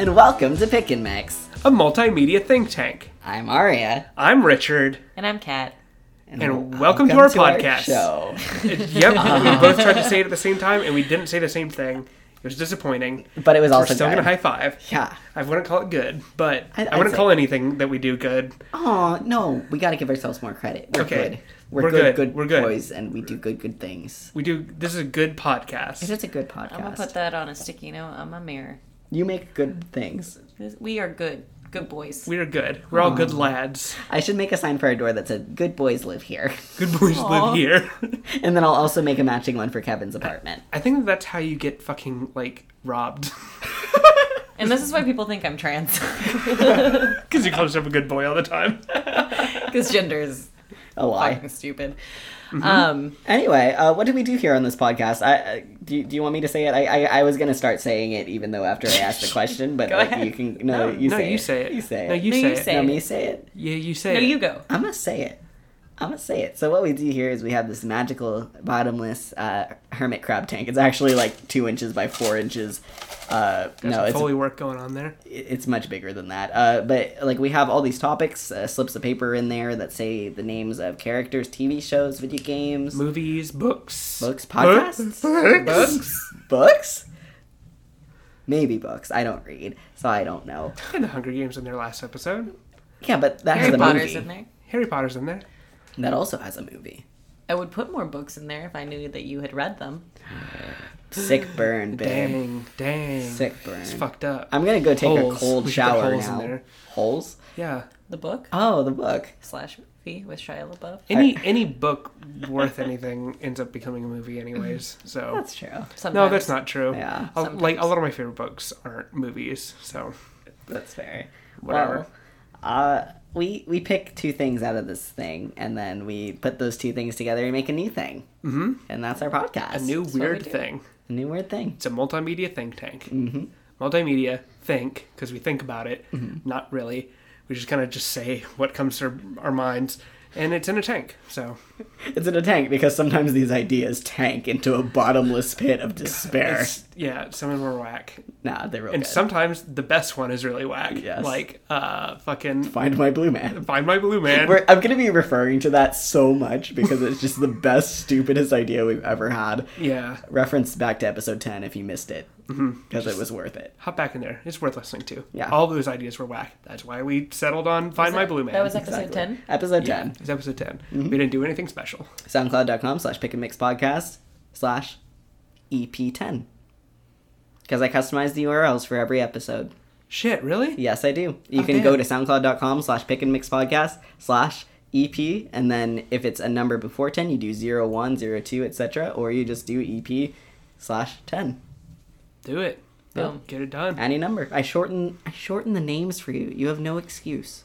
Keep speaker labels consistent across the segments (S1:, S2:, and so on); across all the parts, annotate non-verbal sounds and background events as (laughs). S1: and welcome to Pick and Mix.
S2: a multimedia think tank.
S1: I'm Aria,
S2: I'm Richard.
S3: And I'm Kat.
S2: And welcome to our podcast.
S1: show. (laughs)
S2: Yep, we both tried to say it at the same time, and we didn't say the same thing. It was disappointing.
S1: But it was
S2: We're
S1: also
S2: still gonna
S1: good.
S2: high five.
S1: Yeah.
S2: I wouldn't call it good, but I,
S1: I-
S2: wouldn't
S1: I'd
S2: call anything that we do good.
S1: Oh no, we got to give ourselves more credit. We're
S2: Okay.
S1: good. We're,
S2: We're good.
S1: good, good,
S2: We're good.
S1: boys, and we do good, good things.
S2: We do. This is a good podcast.
S1: It's a good
S3: I'm gonna
S1: podcast.
S3: put that on a sticky note on my mirror.
S1: you make good things.
S3: This- We are good. Good boys.
S2: We are good. We're all good lads.
S1: I should make a sign for our door that said "Good boys live here," (laughs)
S2: Good boys live
S3: Aw.
S2: here. (laughs)
S1: and then I'll also make a matching one for Kevin's apartment.
S2: I think that's how you get fucking like robbed (laughs)
S3: and this is why people think I'm trans. (laughs)
S2: because you call yourself a good boy all the time.
S3: Because gender is
S1: Oh, why?
S3: fucking stupid. Um,
S1: Anyway, uh, what do we do here on this podcast? I, uh, do, do you want me to say it? I, I, I was gonna start saying it even though after I
S2: (laughs)
S1: asked the question, but
S3: Go
S1: like,
S3: ahead.
S1: you can no, you
S2: no,
S1: say
S2: you
S1: it.
S2: say it.
S1: You say it.
S2: No, you
S3: No,
S2: say
S3: you
S2: it.
S3: say
S1: No,
S3: it.
S1: me say it.
S2: Yeah, you say
S3: no,
S2: it.
S3: you go.
S1: I'm gonna say it. I'm gonna say it. So what we do here is we have this magical bottomless uh, hermit crab tank. It's actually like two inches by four inches. Uh,
S2: Got
S1: no,
S2: some
S1: it's
S2: Foley work going on there.
S1: it's much bigger than that. Uh, but like we have all these topics, uh, slips of paper in there that say the names of characters, TV shows, video games,
S2: Movies, books,
S1: books,
S2: Book-
S1: podcasts,
S2: books.
S1: books. Maybe books. I don't read, so I don't know.
S2: And the Hunger Games in their last episode.
S1: Yeah, but that
S3: Harry
S1: has a
S3: Potter's
S1: movie.
S3: in there.
S2: Harry Potter's in there.
S1: That also has a movie.
S3: I would put more books in there if I knew that you had read them.
S1: Sick
S2: (laughs)
S1: burn, babe.
S2: Dang, dang.
S1: Sick burn.
S2: It's fucked up.
S1: I'm gonna go take
S2: Holes.
S1: a cold
S2: We should put
S1: shower
S2: holes in
S1: now.
S2: there.
S1: Holes?
S2: yeah.
S3: The book
S1: Oh, the book.
S3: slash V with Shia LaBeouf.
S2: Any any book worth anything ends up becoming a movie, anyways.
S1: (laughs)
S2: So
S1: That's true.
S2: no,
S3: Sometimes.
S2: that's not true.
S1: Yeah,
S2: A- like a lot of my favorite books aren't movies. So
S1: That's fair.
S2: Whatever.
S1: Well, uh, we we pick two things out of this thing, and then we put those two things together and make a new thing. Mm-hmm. And that's our podcast.
S2: a new
S3: what we
S2: weird
S3: do.
S2: thing.
S1: a new weird thing.
S2: It's a multimedia think tank. Mm-hmm. Multimedia think because we think about it.
S1: Mm-hmm.
S2: Not really. We just kind of just say what comes to our, our minds, and it's in a tank. So
S1: It's in a tank because sometimes these ideas tank into a bottomless pit of despair. (laughs)
S2: it's, yeah, some of them are whack.
S1: nah, they're real
S2: And
S1: good.
S2: sometimes the best one is really whack.
S1: Yes.
S2: Like uh fucking
S1: Find my blue man.
S2: Find My Blue Man.
S1: We're, I'm gonna be referring to that so much because it's just the best stupidest idea we've ever had.
S2: yeah.
S1: Reference back to episode ten if you missed it because
S2: Mm-hmm.
S1: it was worth it.
S2: Hop back in there. It's worth listening to.
S1: Yeah.
S2: All those ideas were whack. That's why we settled on Find My
S3: that-
S2: Blue Man.
S3: that was episode 10?
S1: Episode
S2: Yeah,
S1: ten.
S2: it was episode 10.
S1: Mm-hmm.
S2: We didn't do anything special.
S1: soundcloud.com slash pick and mix podcast slash ep10 because i customize the urls for every episode
S2: Shit, really?
S1: yes i do you
S2: Oh,
S1: can go
S2: damn.
S1: to soundcloud.com slash pick and mix podcast slash ep and then if it's a number before 10 you do 0 1 0 2 etc or you just do ep slash 10
S2: Do it.
S3: Boom.
S2: Get it done.
S1: any number i shorten i shorten the names for you you have no excuse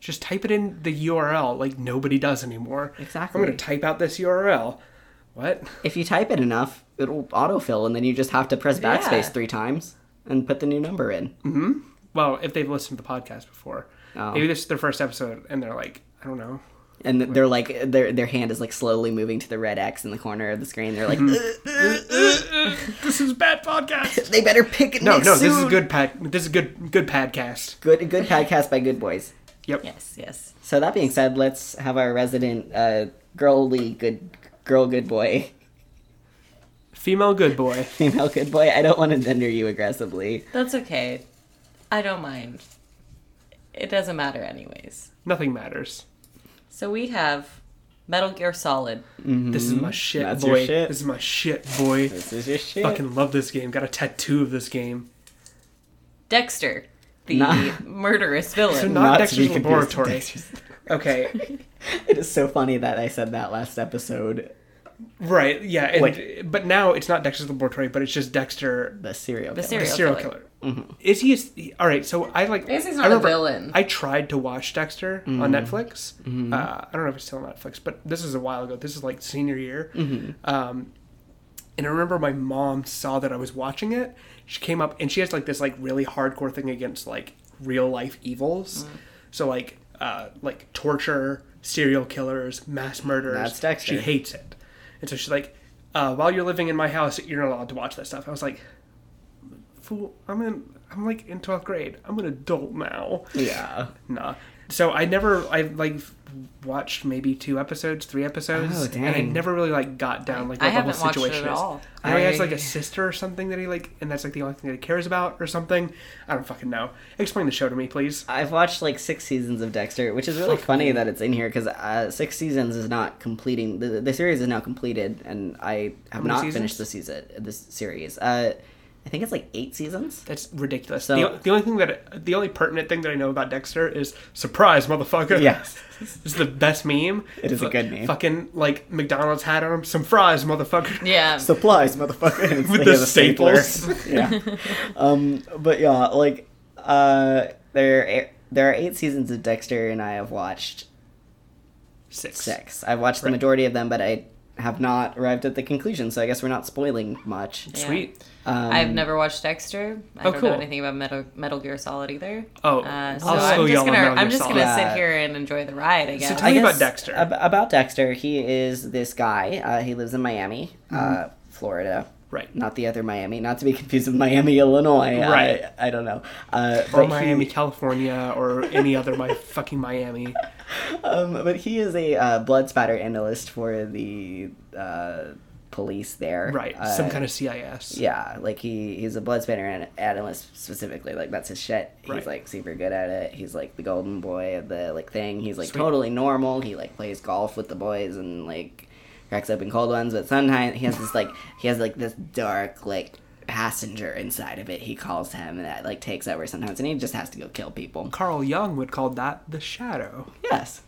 S2: Just type it in the URL like nobody does anymore.
S1: Exactly.
S2: I'm going to type out this URL. What?
S1: if you type it enough it'll autofill and then you just have to press
S3: Yeah.
S1: backspace three times and put the new number in
S2: Mm. Well, if they've listened to the podcast before.
S1: Oh.
S2: Maybe this is their first episode and they're like, I don't know.
S1: and th- they're like their their hand is like slowly moving to the red X in the corner of the screen. They're like,
S2: Mm-hmm. This is bad podcast.
S1: they better pick it.
S2: No,
S1: next
S2: no, this is
S1: soon."
S2: good pad. This is good good podcast.
S1: Good, good podcast by good boys.
S2: Yep.
S3: Yes, yes.
S1: So that being said, let's have our resident uh, girly good girl good boy (laughs)
S2: Female good boy.
S1: female good boy. I don't want to gender you aggressively.
S3: That's okay. I don't mind. It doesn't matter, anyways.
S2: Nothing matters.
S3: So we have Metal Gear Solid.
S2: This is my shit,
S1: Mm-hmm. That's
S2: boy.
S1: your shit.
S2: This is my shit, boy.
S1: This is your shit.
S2: Fucking love this game. Got a tattoo of this game.
S3: Dexter, the
S1: Nah.
S3: murderous
S2: So (laughs)
S3: villain.
S2: not,
S1: Not to be
S2: Dexter's
S1: confused
S2: Laboratory.
S1: with Dexter's-
S3: (laughs)
S2: Okay,
S1: It is so funny that I said that last episode.
S2: right? Yeah, and,
S1: Like-
S2: but now it's not Dexter's Laboratory, but it's just Dexter,
S1: The serial. killer. Mm-hmm.
S3: The
S2: the
S3: Serial
S2: serial killer.
S3: killer.
S2: Is he? A, s- he- all right. So I like.
S3: I guess he's
S2: I
S3: not a
S2: remember
S3: villain.
S2: I tried to watch Dexter
S1: Mm-hmm.
S2: on Netflix. Uh, I don't know if it's still on Netflix, but this is a while ago. This is like senior year.
S1: Mm-hmm.
S2: Um, and I remember my mom saw that I was watching it. She came up and she has like this like really hardcore thing against like real life evils.
S1: Mm.
S2: So like uh, like torture, serial killers, mass murderers.
S1: That's Dexter.
S2: She hates it. And so she's like, uh, while you're living in my house, you're not allowed to watch that stuff. I was like, fool, I'm in. I'm like in 12th grade. I'm an adult now.
S1: Yeah.
S2: Nah. So I never I like watched maybe two episodes, three episodes,
S1: Oh,
S2: and I
S1: dang.
S2: never really like got down like
S3: I
S2: what the whole
S3: haven't watched it
S2: situation
S3: at
S2: is.
S3: all.
S2: I know he has like
S1: I-
S2: a sister or something that he like, and that's like the only thing that he cares about or something. I don't fucking know. Explain the show to me, please.
S1: I've watched like six seasons of Dexter, which is really funny that it's in here because uh, six seasons is not completing. The, the series is now completed, and I have
S2: many
S1: not
S2: seasons?
S1: finished the season this series. Uh, I think it's like eight seasons.
S2: That's ridiculous.
S1: So-
S2: the, the only thing that the only pertinent thing that I know about Dexter is surprise, motherfucker. (laughs)
S1: Yes.
S2: it's the best meme.
S1: It is a
S2: Fu-
S1: good meme.
S2: Fucking like McDonald's had on him some fries, motherfucker.
S3: Yeah.
S1: supplies,
S2: (laughs)
S1: motherfucker.
S2: With the staples.
S1: (laughs) yeah. Um, but yeah, like uh, there there are eight seasons of Dexter, and I have watched
S2: Six.
S1: six. I've watched the majority of them, but I have not arrived at the conclusion. So I guess we're not spoiling much.
S3: Yeah.
S2: Sweet.
S1: Um,
S3: I've never watched Dexter. I
S2: Oh,
S3: don't
S2: cool.
S3: know anything about Metal, Metal Gear Solid either.
S2: Oh,
S3: uh, so
S2: I'll school
S3: I'm
S2: y'all
S3: just
S2: on
S3: gonna
S2: Metal Gear
S3: I'm just gonna
S1: Solid. Yeah.
S3: sit here and enjoy the ride. I guess.
S2: tell
S1: I
S2: me about
S1: guess
S2: Dexter.
S1: ab- about Dexter, he is this guy. Uh, he lives in Miami, uh, Florida.
S2: Mm-hmm. Right.
S1: Not the other Miami, not to be (laughs) confused with Miami, Illinois. I-
S2: Right.
S1: I, don't know. Uh, but
S2: Or
S1: he-
S2: Miami, California, or any
S1: (laughs)
S2: other my fucking Miami.
S1: um, but he is a uh, blood spatter analyst for the uh, police there.
S2: Right.
S1: Uh,
S2: some kind of CIS.
S1: Yeah, like he he's a blood spatter an- analyst specifically. Like that's his shit. He's
S2: Right.
S1: like super good at it. He's like the golden boy of the like thing. He's like totally normal. He like plays golf with the boys and like cracks open cold ones. But sometimes he has this like he has like this dark like passenger inside of it. He calls him that like takes over sometimes, and he just has to go kill people.
S2: Carl Young would call that the shadow.
S1: Yes,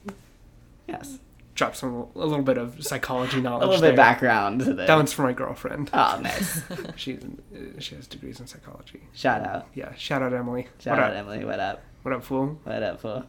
S1: yes.
S2: Drop some a little bit of psychology knowledge.
S1: A little bit
S2: there.
S1: of background to the.
S2: That one's for my girlfriend.
S1: Oh, nice.
S2: (laughs) She uh, she has degrees in psychology.
S1: Shout out.
S2: Yeah. Shout out Emily.
S1: Shout
S2: what
S1: out,
S2: up?
S1: Emily. What up?
S2: What up, fool?
S1: What up, fool?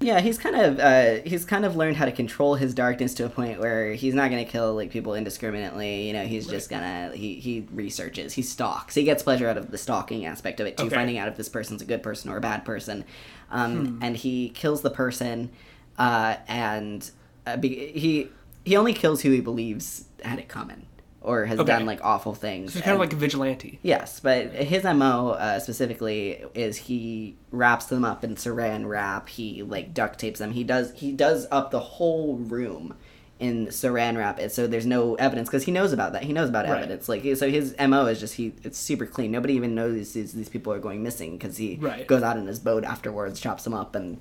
S1: Yeah, he's kind of uh, he's kind of learned how to control his darkness to a point where he's not gonna kill like people indiscriminately. You know, he's just gonna he he researches, he stalks, he gets pleasure out of the stalking aspect of it too,
S2: Okay.
S1: finding out if this person's a good person or a bad person, um,
S2: Hmm.
S1: and he kills the person, uh, and uh, be- he he only kills who he believes had it coming or has
S2: Okay.
S1: done like awful things.
S2: She's kind of
S1: and-
S2: like a vigilante.
S1: Yes, but his mo uh, specifically is he wraps them up in Saran wrap. He like duct tapes them. He does he does up the whole room in Saran wrap, and so there's no evidence because he knows about that. He knows about
S2: Right.
S1: evidence. Like so, his mo is just he it's super clean. Nobody even knows these, these people are going missing because he
S2: Right.
S1: goes out in his boat afterwards, chops them up, and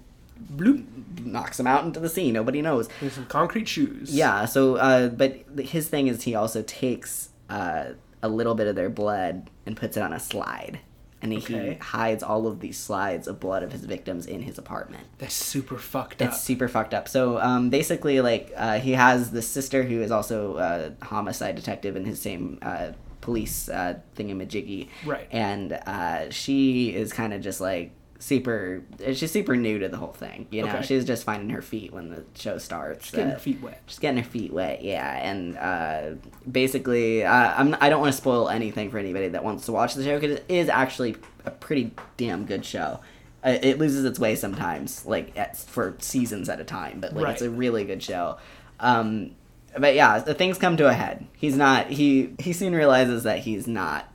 S2: Bloop.
S1: knocks them out into the sea. Nobody knows.
S2: There's some concrete shoes.
S1: Yeah. So, uh, but th- his thing is he also takes uh, a little bit of their blood and puts it on a slide, and he
S2: Okay.
S1: hides all of these slides of blood of his victims in his apartment.
S2: That's super fucked up.
S1: It's super fucked up. So um, basically, like uh, he has this sister who is also a homicide detective in his same uh, police uh, thingamajiggy.
S2: Right.
S1: And uh, she is kind of just like super. She's super new to the whole thing. You know,
S2: Okay.
S1: she's just finding her feet when the show starts.
S2: Getting
S1: uh,
S2: her feet wet.
S1: She's getting her feet wet, yeah. And uh, basically, uh, I'm, I don't want to spoil anything for anybody that wants to watch the show because it is actually a pretty damn good show. Uh, it loses its way sometimes, like at, for seasons at a time, but like it's
S2: Right.
S1: a really good show. Um, but yeah, the things come to a head. He's not. He he soon realizes that he's not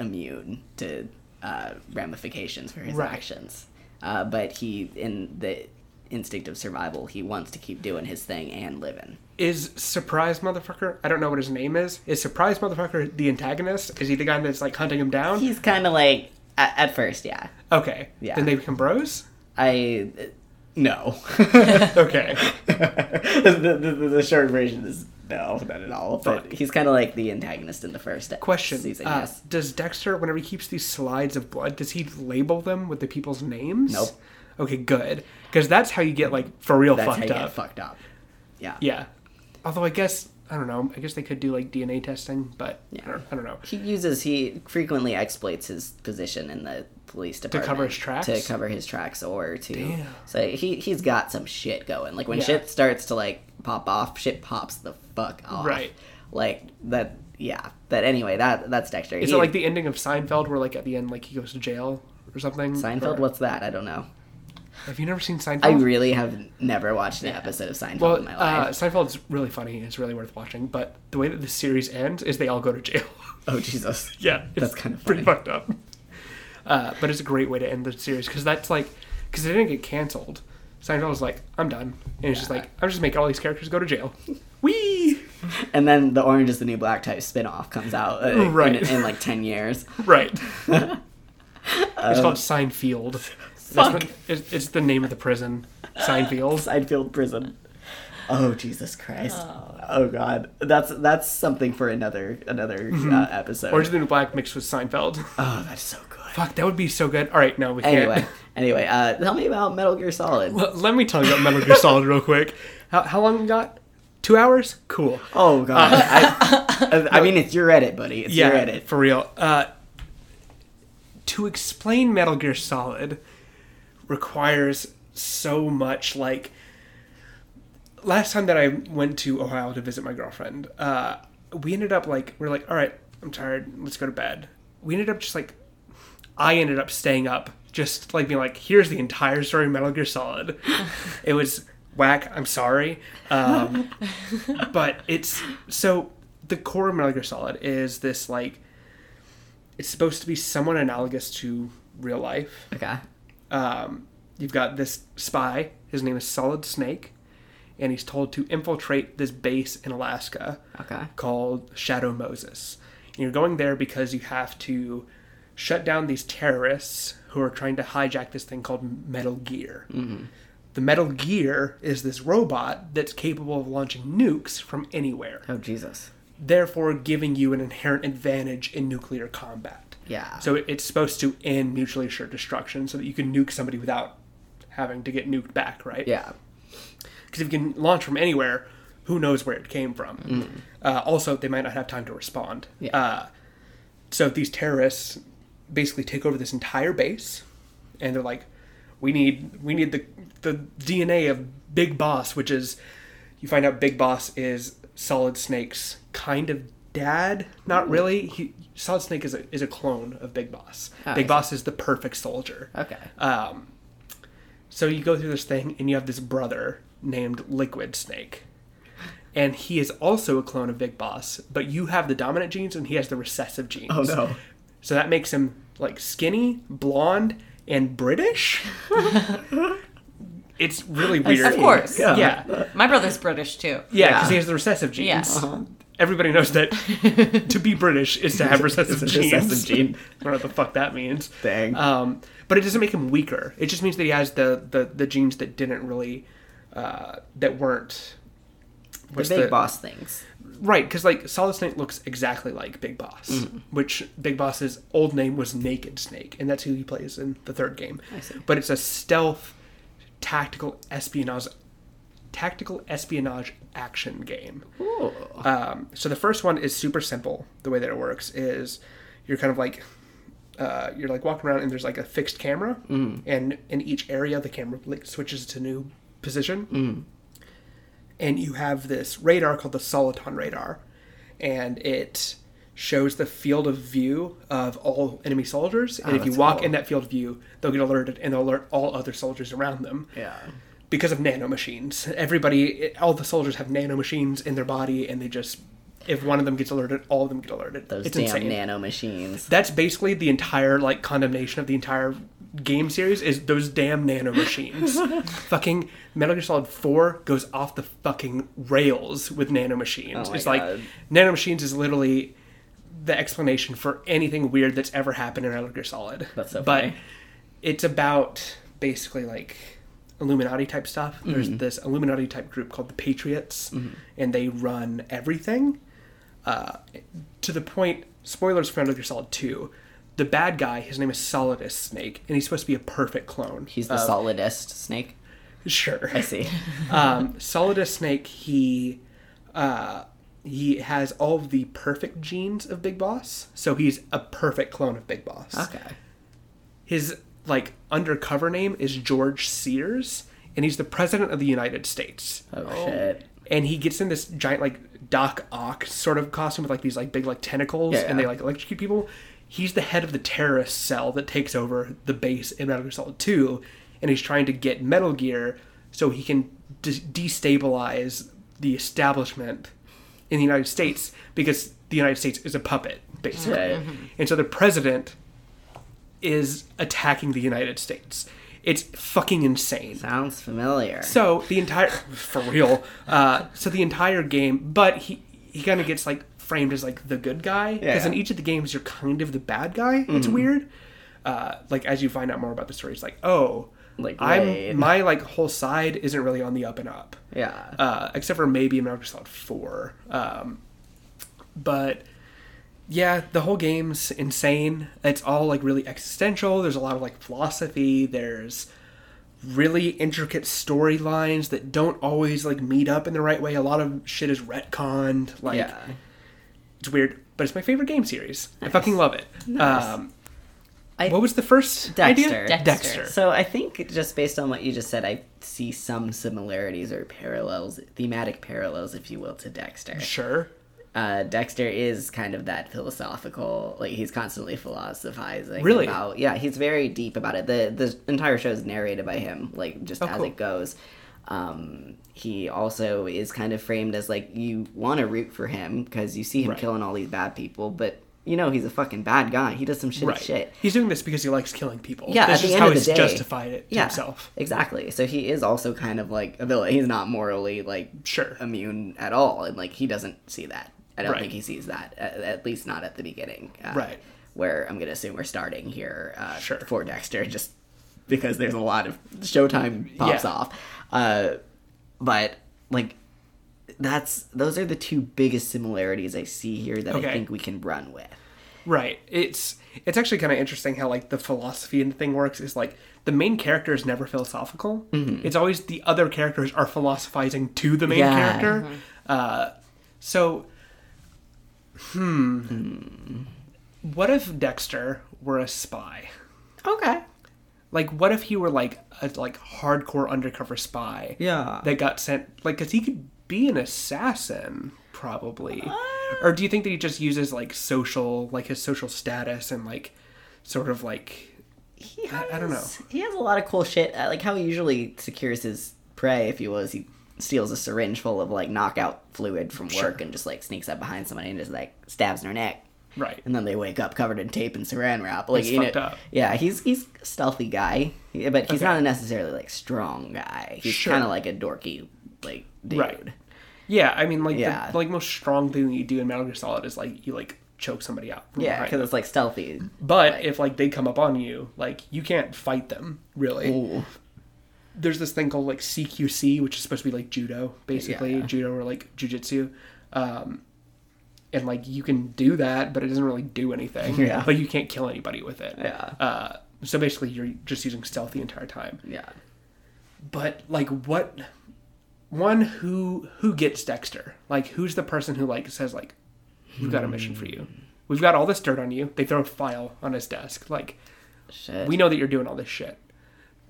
S1: immune to uh, ramifications for his
S2: Right.
S1: actions. Uh, but he, in the instinct of survival, he wants to keep doing his thing and living.
S2: Is Surprise Motherfucker, I don't know what his name is, is Surprise Motherfucker the antagonist? Is he the guy that's like hunting him down?
S1: He's kind of like at, at first, yeah.
S2: okay.
S1: Yeah.
S2: Then they become bros?
S1: I uh, no. (laughs)
S2: Okay.
S1: the, the, the- the short version is no, not at all. But
S2: Fuck.
S1: he's kind of like the antagonist in the first
S2: Question.
S1: season.
S2: uh,
S1: yes.
S2: Does Dexter, whenever he keeps these slides of blood, does he label them with the people's names?
S1: Nope.
S2: Okay, good. Because that's how you get like for real
S1: That's how
S2: fucked
S1: you
S2: up.
S1: get fucked up. Yeah.
S2: Yeah. Although I guess, I don't know, I guess they could do like DNA testing, but I, don't, I don't know.
S1: He uses he frequently exploits his position in the police department
S2: cover his tracks?
S1: to cover his tracks or to
S2: Damn.
S1: so he he's got some shit going. Like when
S2: Yeah.
S1: shit starts to like pop off, shit pops the fuck off.
S2: Right.
S1: Like that. Yeah. But anyway, that that's Dexter.
S2: Is
S1: He-
S2: it like the ending of Seinfeld where like at the end like he goes to jail or something?
S1: Seinfeld?
S2: Or-
S1: What's that? I don't know.
S2: Have you never seen Seinfeld?
S1: I really have never watched an episode of Seinfeld
S2: Well,
S1: in my life.
S2: Uh, Seinfeld's really funny. It's really worth watching. But the way that the series ends is they all go to jail. (laughs)
S1: oh Jesus.
S2: uh, yeah, it's
S1: That's kinda
S2: pretty
S1: funny.
S2: fucked up. Uh, but it's a great way to end the series because that's like because it didn't get canceled. Seinfeld was like, I'm done, and it's just like I'm just making all these characters go to jail. (laughs) Wee.
S1: And then the Orange is the New Black type spin-off comes out uh,
S2: Right.
S1: in, in like 10 years.
S2: Right. it's called Seinfeld. That's what, it's, it's the name of the prison,
S1: (laughs)
S2: Seinfeld.
S1: Seinfeld prison. Oh Jesus Christ. Oh, God. That's that's something for another another
S2: Mm-hmm.
S1: uh, episode.
S2: Orange is the New Black mixed with Seinfeld.
S1: oh, that's so good.
S2: Fuck, that would be so good. All right, no, we (laughs)
S1: Anyway,
S2: can't.
S1: anyway, uh, tell me about Metal Gear Solid.
S2: Let- Let me tell you about Metal Gear Solid real quick. How, how long we got? Two hours? Cool.
S1: Oh
S2: Uh,
S1: God. I,
S2: (laughs)
S1: I mean, it's your edit, buddy. It's your edit.
S2: for real. Uh, to explain Metal Gear Solid requires so much. Like last time that I went to Ohio to visit my girlfriend, uh, we ended up like we're like, all right, I'm tired. Let's go to bed. We ended up just like I ended up staying up, just like being like, here's the entire story of Metal Gear Solid. it was whack. I'm sorry. Um, but it's so the core of Metal Gear Solid is this like it's supposed to be somewhat analogous to real life.
S1: Okay.
S2: Um, you've got this spy. His name is Solid Snake, and he's told to infiltrate this base in Alaska
S1: Okay.
S2: called Shadow Moses. And you're going there because you have to shut down these terrorists who are trying to hijack this thing called Metal Gear.
S1: Mm-hmm.
S2: The Metal Gear is this robot that's capable of launching nukes from anywhere,
S1: Oh Jesus.
S2: therefore giving you an inherent advantage in nuclear combat.
S1: Yeah.
S2: So it- it's supposed to end mutually assured destruction so that you can nuke somebody without having to get nuked back, right?
S1: yeah.
S2: because if you can launch from anywhere, who knows where it came from? Uh, also, they might not have time to respond.
S1: Mm. Yeah.
S2: Uh, so these terrorists basically take over this entire base, and they're like, "We need we need the the DNA of Big Boss, which is you find out Big Boss is Solid Snake's kind of dad.
S1: Mm.
S2: Not really. He, Solid Snake is a is a clone of Big Boss.
S1: Ah, I
S2: Big
S1: see. Oh,
S2: Boss is the perfect soldier.
S1: Okay.
S2: Um, so you go through this thing, and you have this brother named Liquid Snake, and he is also a clone of Big Boss, but you have the dominant genes, and he has the recessive genes.
S1: Oh, no.
S2: So that makes him like skinny, blonde, and British. it's really weird.
S3: Of course.
S1: Yeah.
S2: Yeah.
S3: My brother's British too.
S2: Yeah, because
S1: Yeah. Uh-huh.
S2: he has the recessive genes.
S3: Yeah.
S2: Everybody knows that to be British is to have recessive
S1: It's a
S2: genes. (laughs)
S1: recessive gene.
S2: I don't know what the fuck that means.
S1: Dang.
S2: Um, but it doesn't make him weaker. It just means that he has the, the, the genes that didn't really, uh, that weren't.
S1: The
S2: what's
S1: big boss things.
S2: Right, because like Solid Snake looks exactly like Big Boss,
S1: Mm.
S2: which Big Boss's old name was Naked Snake, and that's who he plays in the third game.
S1: I see.
S2: But it's a stealth, tactical espionage, tactical espionage action game.
S1: Ooh.
S2: Um, so the first one is super simple. The way that it works is you're kind of like uh, you're like walking around and there's like a fixed camera,
S1: Mm.
S2: and in each area the camera like switches to new position,
S1: Mm.
S2: and you have this radar called the Soliton radar, and it shows the field of view of all enemy soldiers, and if you
S1: Ah, that's
S2: walk
S1: cool.
S2: in that field of view, they'll get alerted and they'll alert all other soldiers around them
S1: Yeah.
S2: because of nanomachines. Everybody, all the soldiers have nanomachines in their body, and they just, if one of them gets alerted, all of them get alerted.
S1: Those
S2: it's
S1: damn
S2: insane.
S1: nano machines.
S2: That's basically the entire like condemnation of the entire game series is those damn
S1: (laughs)
S2: nanomachines. fucking Metal Gear Solid Four goes off the fucking rails with nanomachines.
S1: Oh my
S2: it's
S1: God.
S2: like nanomachines is literally the explanation for anything weird that's ever happened in Metal Gear Solid.
S1: That's so
S2: but
S1: funny.
S2: it's about basically like Illuminati type stuff. There's
S1: Mm-hmm.
S2: this Illuminati type group called the Patriots, and they run everything. Uh, to the point, spoilers for Metal Gear Solid 2. The bad guy, his name is Solidus Snake, and he's supposed to be a perfect clone.
S1: He's the
S2: of-
S1: solidest snake.
S2: Sure
S1: I see.
S2: (laughs) um, Solidus Snake, he uh, he has all of the perfect genes of Big Boss, so he's a perfect clone of Big Boss.
S1: Okay.
S2: His like undercover name is George Sears, and he's the president of the United States.
S1: Oh, shit.
S2: And he gets in this giant like Doc Ock sort of costume with like these like big like tentacles,
S1: Yeah.
S2: and they like electrocute people. He's the head of the terrorist cell that takes over the base in Metal Gear Solid Two, and he's trying to get Metal Gear so he can de- destabilize the establishment in the United States because the United States is a puppet basically,
S1: Right.
S2: and so the president is attacking the United States. It's fucking insane.
S1: Sounds familiar.
S2: So the entire for real. Uh, so the entire game, but he he kind of gets like framed as like the good guy because
S1: Yeah. Mm-hmm.
S2: in each of the games you're kind of the bad guy. It's weird. Uh, like as you find out more about the story, it's like oh,
S1: Like, wait. (laughs)
S2: I'm my like whole side isn't really on the up and up.
S1: yeah.
S2: Uh, except for maybe in Microsoft Four. Um, but yeah, the whole game's insane. It's all like really existential. There's a lot of like philosophy. There's really intricate storylines that don't always like meet up in the right way. A lot of shit is retconned. Like
S1: yeah.
S2: it's weird, but it's my favorite game series. I fucking love it. Um,
S1: I-
S2: what was the first idea?
S1: Dexter. Dexter.
S2: Dexter.
S1: So I think just based on what you just said, I see some similarities or parallels, thematic parallels, if you will, to Dexter.
S2: Sure.
S1: uh, Dexter is kind of that philosophical. Like he's constantly philosophizing.
S2: Really?
S1: About, yeah, he's very deep about it. The the entire show is narrated by him. Like just as
S2: Oh, cool.
S1: it goes. Um, he also is kind of framed as like you want to root for him because you see him
S2: Right.
S1: killing all these bad people, but you know he's a fucking bad guy. He does some shitty
S2: Right.
S1: shit.
S2: He's doing this because he likes killing people.
S1: Yeah,
S2: That's just
S1: at the end
S2: how
S1: of the
S2: he's
S1: day,
S2: justified it to
S1: yeah,
S2: himself.
S1: Exactly. So he is also kind of like a villain. He's not morally like
S2: Sure.
S1: immune at all, and like he doesn't see that. I don't
S2: Right.
S1: think he sees that. At, at least not at the beginning. Uh,
S2: Right.
S1: Where I'm gonna assume we're starting here uh,
S2: Sure.
S1: for Dexter, just because there's a lot of Showtime pops
S2: Yeah.
S1: off. Uh, but like. That's those are the two biggest similarities I see here that I
S2: Okay.
S1: think we can run with.
S2: Right. It's it's actually kind of interesting how like the philosophy and the thing works is like the main character is never philosophical. It's always the other characters are philosophizing to the main
S1: Mm-hmm. Yeah.
S2: character. Uh, so, hmm, what if Dexter were a spy?
S1: Okay.
S2: Like, what if he were like a like hardcore undercover spy?
S1: Yeah.
S2: that got sent like because he could be an assassin probably or do you think that he just uses like social like his social status and like sort of like
S1: he has,
S2: I- I don't know.
S1: He has a lot of cool shit. uh, Like how he usually secures his prey, if you will, is he steals a syringe full of like knockout fluid from work and just like sneaks up behind somebody and just like stabs in her neck.
S2: right
S1: And then they wake up covered in tape and saran wrap. Like
S2: It's
S1: you know,
S2: fucked up.
S1: yeah, he's he's a stealthy guy, yeah, but he's
S2: Okay.
S1: not a necessarily like strong guy. He's
S2: Sure.
S1: kind of like a dorky like dude.
S2: Right. yeah i mean like
S1: Yeah.
S2: the like most strong thing that you do in metal gear solid is like you like choke somebody out from
S1: Yeah,
S2: behind
S1: because
S2: them.
S1: it's like stealthy.
S2: but if like they come up on you like you can't fight them really
S1: Ooh.
S2: there's this thing called like CQC, which is supposed to be like judo, basically
S1: Yeah.
S2: judo or like jujitsu, um, and like you can do that, but it doesn't really do anything.
S1: Yeah.
S2: But you can't kill anybody with it.
S1: Yeah.
S2: Uh, so basically, you're just using stealth the entire time.
S1: Yeah.
S2: But like, what? One who who gets Dexter? Like, who's the person who like says like, we've got a mission for you.
S1: Hmm.
S2: We've got all this dirt on you. They throw a file on his desk. Like,
S1: Shit.
S2: we know that you're doing all this shit.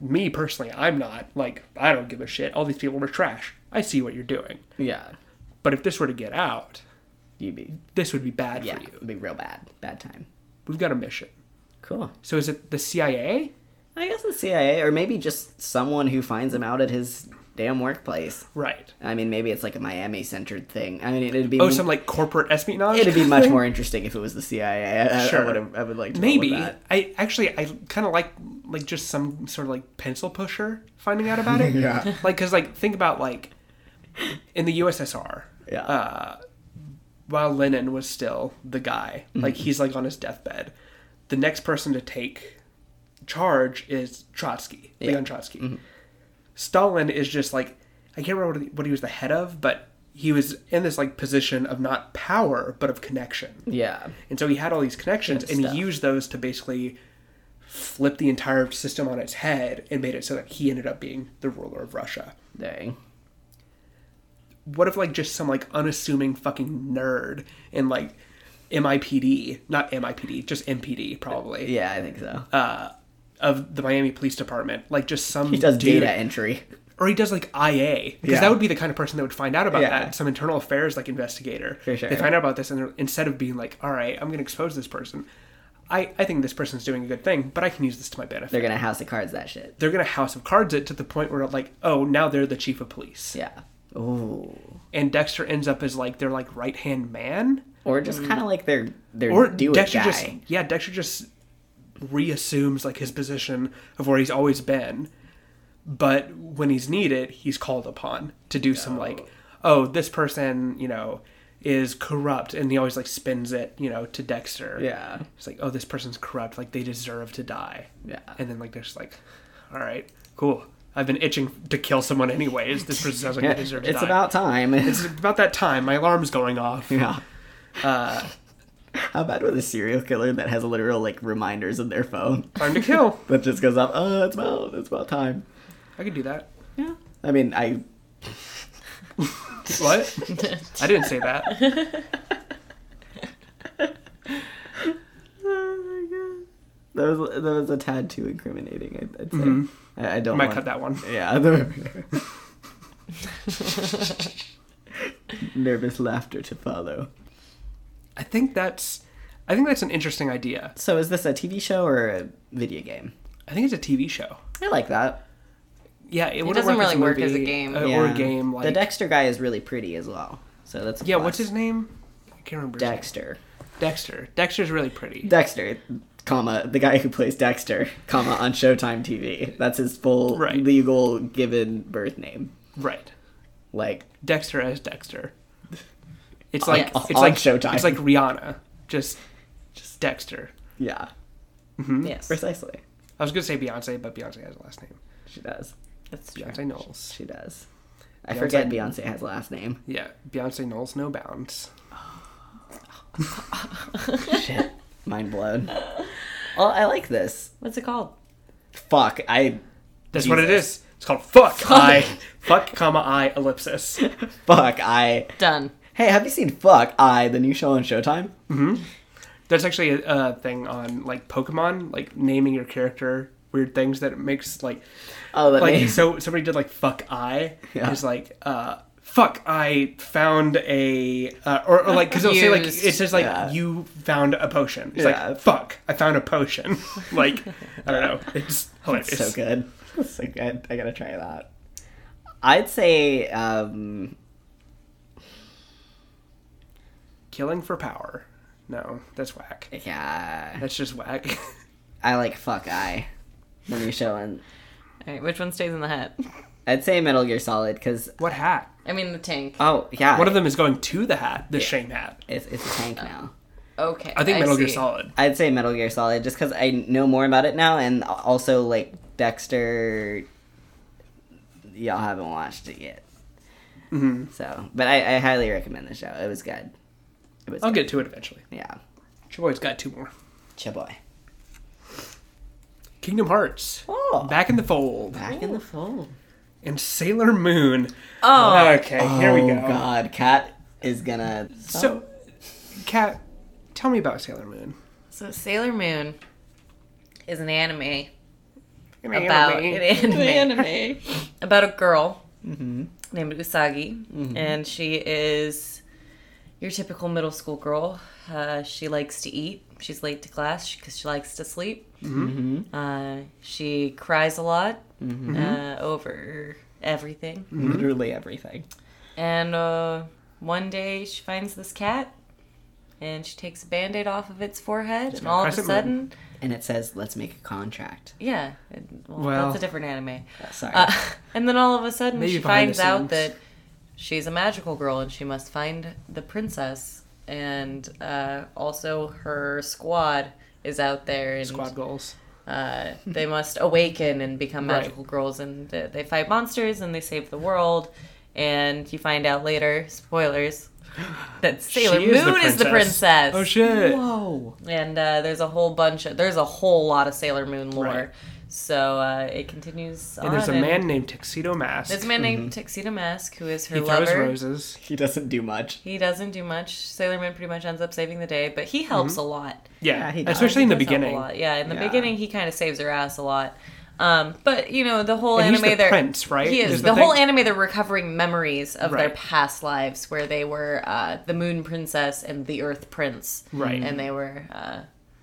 S2: Me personally, I'm not. Like, I don't give a shit. All these people were trash. I see what you're doing.
S1: yeah.
S2: But if this were to get out,
S1: You'd be
S2: this would be bad
S1: yeah,
S2: for you.
S1: it'd be real bad. Bad time.
S2: We've got a mission.
S1: Cool.
S2: So is it the CIA?
S1: I guess the CIA, or maybe just someone who finds him out at his damn workplace.
S2: Right.
S1: I mean, maybe it's like a Miami-centered thing. I mean, it'd be
S2: Oh, some like corporate espionage.
S1: it'd
S2: (laughs)
S1: be much more interesting if it was the CIA. I, sure.
S2: Sure.
S1: I, would, I would like to roll with
S2: Maybe
S1: that.
S2: I actually I kind of like like just some sort of like pencil pusher finding out about it.
S1: (laughs) Yeah.
S2: Like, cause like think about like in the USSR.
S1: Yeah.
S2: Uh. while Lenin was still the guy, like he's like on his deathbed, the next person to take charge is Trotsky, Leon Trotsky. Stalin is just like I can't remember what he, what he was the head of, but he was in this like position of not power but of connection,
S1: yeah.
S2: and so he had all these connections and
S1: stuff.
S2: he used those to basically flip the entire system on its head and made it so that he ended up being the ruler of Russia
S1: Dang.
S2: what if like just some like unassuming fucking nerd in like MIPD, not MIPD, just MPD probably
S1: Yeah, I think so.
S2: Uh, of the Miami Police Department, like just some
S1: he does
S2: dude,
S1: data entry.
S2: or he does like IA because
S1: Yeah.
S2: that would be the kind of person that would find out about
S1: Yeah.
S2: that. Some internal affairs like investigator,
S1: For sure.
S2: they find out about this and they're- instead of being like, all right, I'm going to expose this person. I, I think this person's doing a good thing, but I can use this to my benefit.
S1: They're gonna house the cards that shit.
S2: They're gonna house of cards it to the point where like, oh, now they're the chief of police,
S1: Yeah. Ooh.
S2: and Dexter ends up as like their like right hand man.
S1: Or just kind of like they're they're
S2: Mm. or
S1: do it
S2: Dexter
S1: guy.
S2: just yeah Dexter just reassumes like his position of where he's always been, but when he's needed, he's called upon to do some like, oh, this person, you know, is corrupt, and he always like spins it, you know, to Dexter.
S1: Yeah.
S2: It's like, oh, this person's corrupt. Like they deserve to die.
S1: Yeah.
S2: And then like they're just like, all right, cool. I've been itching to kill someone anyways. This person
S1: (laughs)
S2: sounds like they deserve to
S1: it's
S2: die.
S1: about time. (laughs)
S2: it's about that time. My alarm's going off.
S1: yeah.
S2: Uh,
S1: How bad with a serial killer that has literal like reminders in their phone
S2: Time to kill.
S1: that just goes off? Oh, it's about it's about time.
S2: I could do that.
S1: Yeah. I mean, I
S3: (laughs)
S2: What? I didn't say that. Oh
S1: that was that was a tad too incriminating. I'd, I'd say. I, I don't.
S2: I Mm-hmm. might
S1: want-
S2: cut that one.
S1: Yeah.
S2: (laughs)
S1: the- Nervous laughter to follow.
S2: I think that's. I think that's an interesting idea.
S1: So, is this a TV show or a video game?
S2: I think it's a TV show.
S1: I like that.
S2: Yeah, it, wouldn't
S3: doesn't really
S2: a
S3: work as a
S2: movie,
S3: game.
S2: uh, or a game like
S1: the Dexter guy is really pretty as well. So that's a
S2: Yeah,
S1: plus.
S2: what's his name? I can't remember. his
S1: Dexter?
S2: name. Dexter. Dexter's really pretty.
S1: Dexter, comma the guy who plays Dexter, comma on Showtime TV. That's his full
S2: Right.
S1: legal given birth name.
S2: right.
S1: Like
S2: Dexter as Dexter. It's like
S3: Yes.
S2: it's
S1: On
S2: like
S1: Showtime.
S2: It's like Rihanna, just just Dexter.
S1: yeah,
S3: Yes,
S1: precisely.
S2: I was gonna say Beyonce, but Beyonce has a last name.
S1: She does.
S3: that's true.
S2: Beyonce Knowles.
S1: She does. I forget Beyonce has a last name.
S2: Yeah, Beyonce Knowles, no bounds.
S1: Shit, mind blown. (laughs) Well, I like this.
S3: What's it called?
S1: Fuck, I
S2: That's what it
S1: Jesus.
S2: is. It's called fuck, I fuck comma I ellipsis.
S1: fuck I.
S3: Done.
S1: Hey, have you seen Fuck I, the new show on Showtime?
S2: That's actually a, a thing on like Pokemon, like naming your character weird things that it makes like
S1: Oh, that
S2: like
S1: means
S2: so somebody did like fuck I
S1: Yeah.
S2: is like uh fuck I found a uh, or, or like because it'll say like
S3: Used.
S2: it says like
S1: Yeah.
S2: you found a potion. It's
S1: Yeah.
S2: like fuck I found a potion. (laughs) like I
S1: (laughs)
S2: don't know. It's hilarious.
S1: so good. So good. I gotta try that. I'd say um,
S2: Killing for power. No, that's whack.
S1: yeah.
S2: That's just whack. (laughs)
S1: I like Fuck I, the new show on.
S3: All right, which one stays in the hat?
S1: I'd say Metal Gear Solid because
S2: what hat?
S3: I mean the tank.
S2: Uh,
S1: oh yeah,
S2: One of them is going to the hat, the shame hat.
S1: it's, it's a tank now.
S3: Okay,
S2: I think Metal Gear
S3: see.
S2: Solid.
S1: I'd say Metal Gear Solid just because I know more about it now, and also like Dexter. Y'all haven't watched it yet, mm-hmm. so but I, I highly recommend the show. It was good. It was
S2: I'll
S1: good.
S2: get to it eventually.
S1: Yeah,
S2: Your boy's got two more.
S1: cha boy.
S2: Kingdom Hearts.
S1: Oh,
S2: Back in the fold.
S1: back in the fold.
S2: And Sailor Moon.
S3: Oh,
S2: Okay, here we
S1: oh
S2: go.
S1: God, Cat is gonna.
S2: So, Kat, tell me about Sailor Moon.
S3: so Sailor Moon is an anime
S2: (laughs)
S3: about
S2: About
S3: an anime, about a girl named Usagi, and she is your typical middle school girl. Uh, she likes to eat. She's late to class because she likes to sleep. Uh, she cries a lot uh, over everything.
S2: Mm-hmm.
S1: literally everything.
S3: And uh, one day she finds this cat and she takes a band aid off of its forehead, and
S2: got
S3: all of a
S2: crescent
S3: sudden,
S1: and it says let's make a contract
S3: yeah, it- well,
S2: Well.
S3: that's a different anime.
S1: sorry
S2: (laughs)
S3: Uh, and then all of a sudden
S2: Maybe
S3: she
S2: behind the
S3: finds out
S2: scenes.
S3: that she's a magical girl and she must find the princess. And uh, also her squad is out there and
S2: Squad goals.
S3: uh, they must awaken and become
S2: Right.
S3: magical girls and th- they fight monsters and they save the world and you find out later
S2: (gasps)
S3: spoilers that sailor
S2: She
S3: moon
S2: is
S3: is
S2: the
S3: the, princess
S2: Oh shit!
S1: whoa
S3: and uh, there's a whole bunch of there's a whole lot of sailor moon lore
S2: Right.
S3: so uh, it continues on
S2: And there's a man named Tuxedo Mask.
S3: there's a man named tuxedo mask who is her
S2: Mm-hmm. he
S3: lover
S2: throws roses.
S1: he doesn't do much
S3: he doesn't do much sailor moon pretty much ends up saving the day but he helps a lot
S2: Yeah,
S1: Yeah, he does.
S2: Mm-hmm. especially in the
S3: does help a
S2: beginning.
S3: lot. Yeah, in the
S1: Yeah.
S3: beginning, he kind of saves her ass a lot. Um, but you know, the whole
S2: And he's
S3: anime,
S2: the
S3: they're
S2: prince, right?
S3: He is
S2: Is the
S3: the, whole
S2: thing-
S3: anime. They're recovering memories of their
S2: Right.
S3: past lives, where they were uh, the Moon Princess and the Earth Prince,
S2: Right. Mm-hmm.
S3: And they were uh,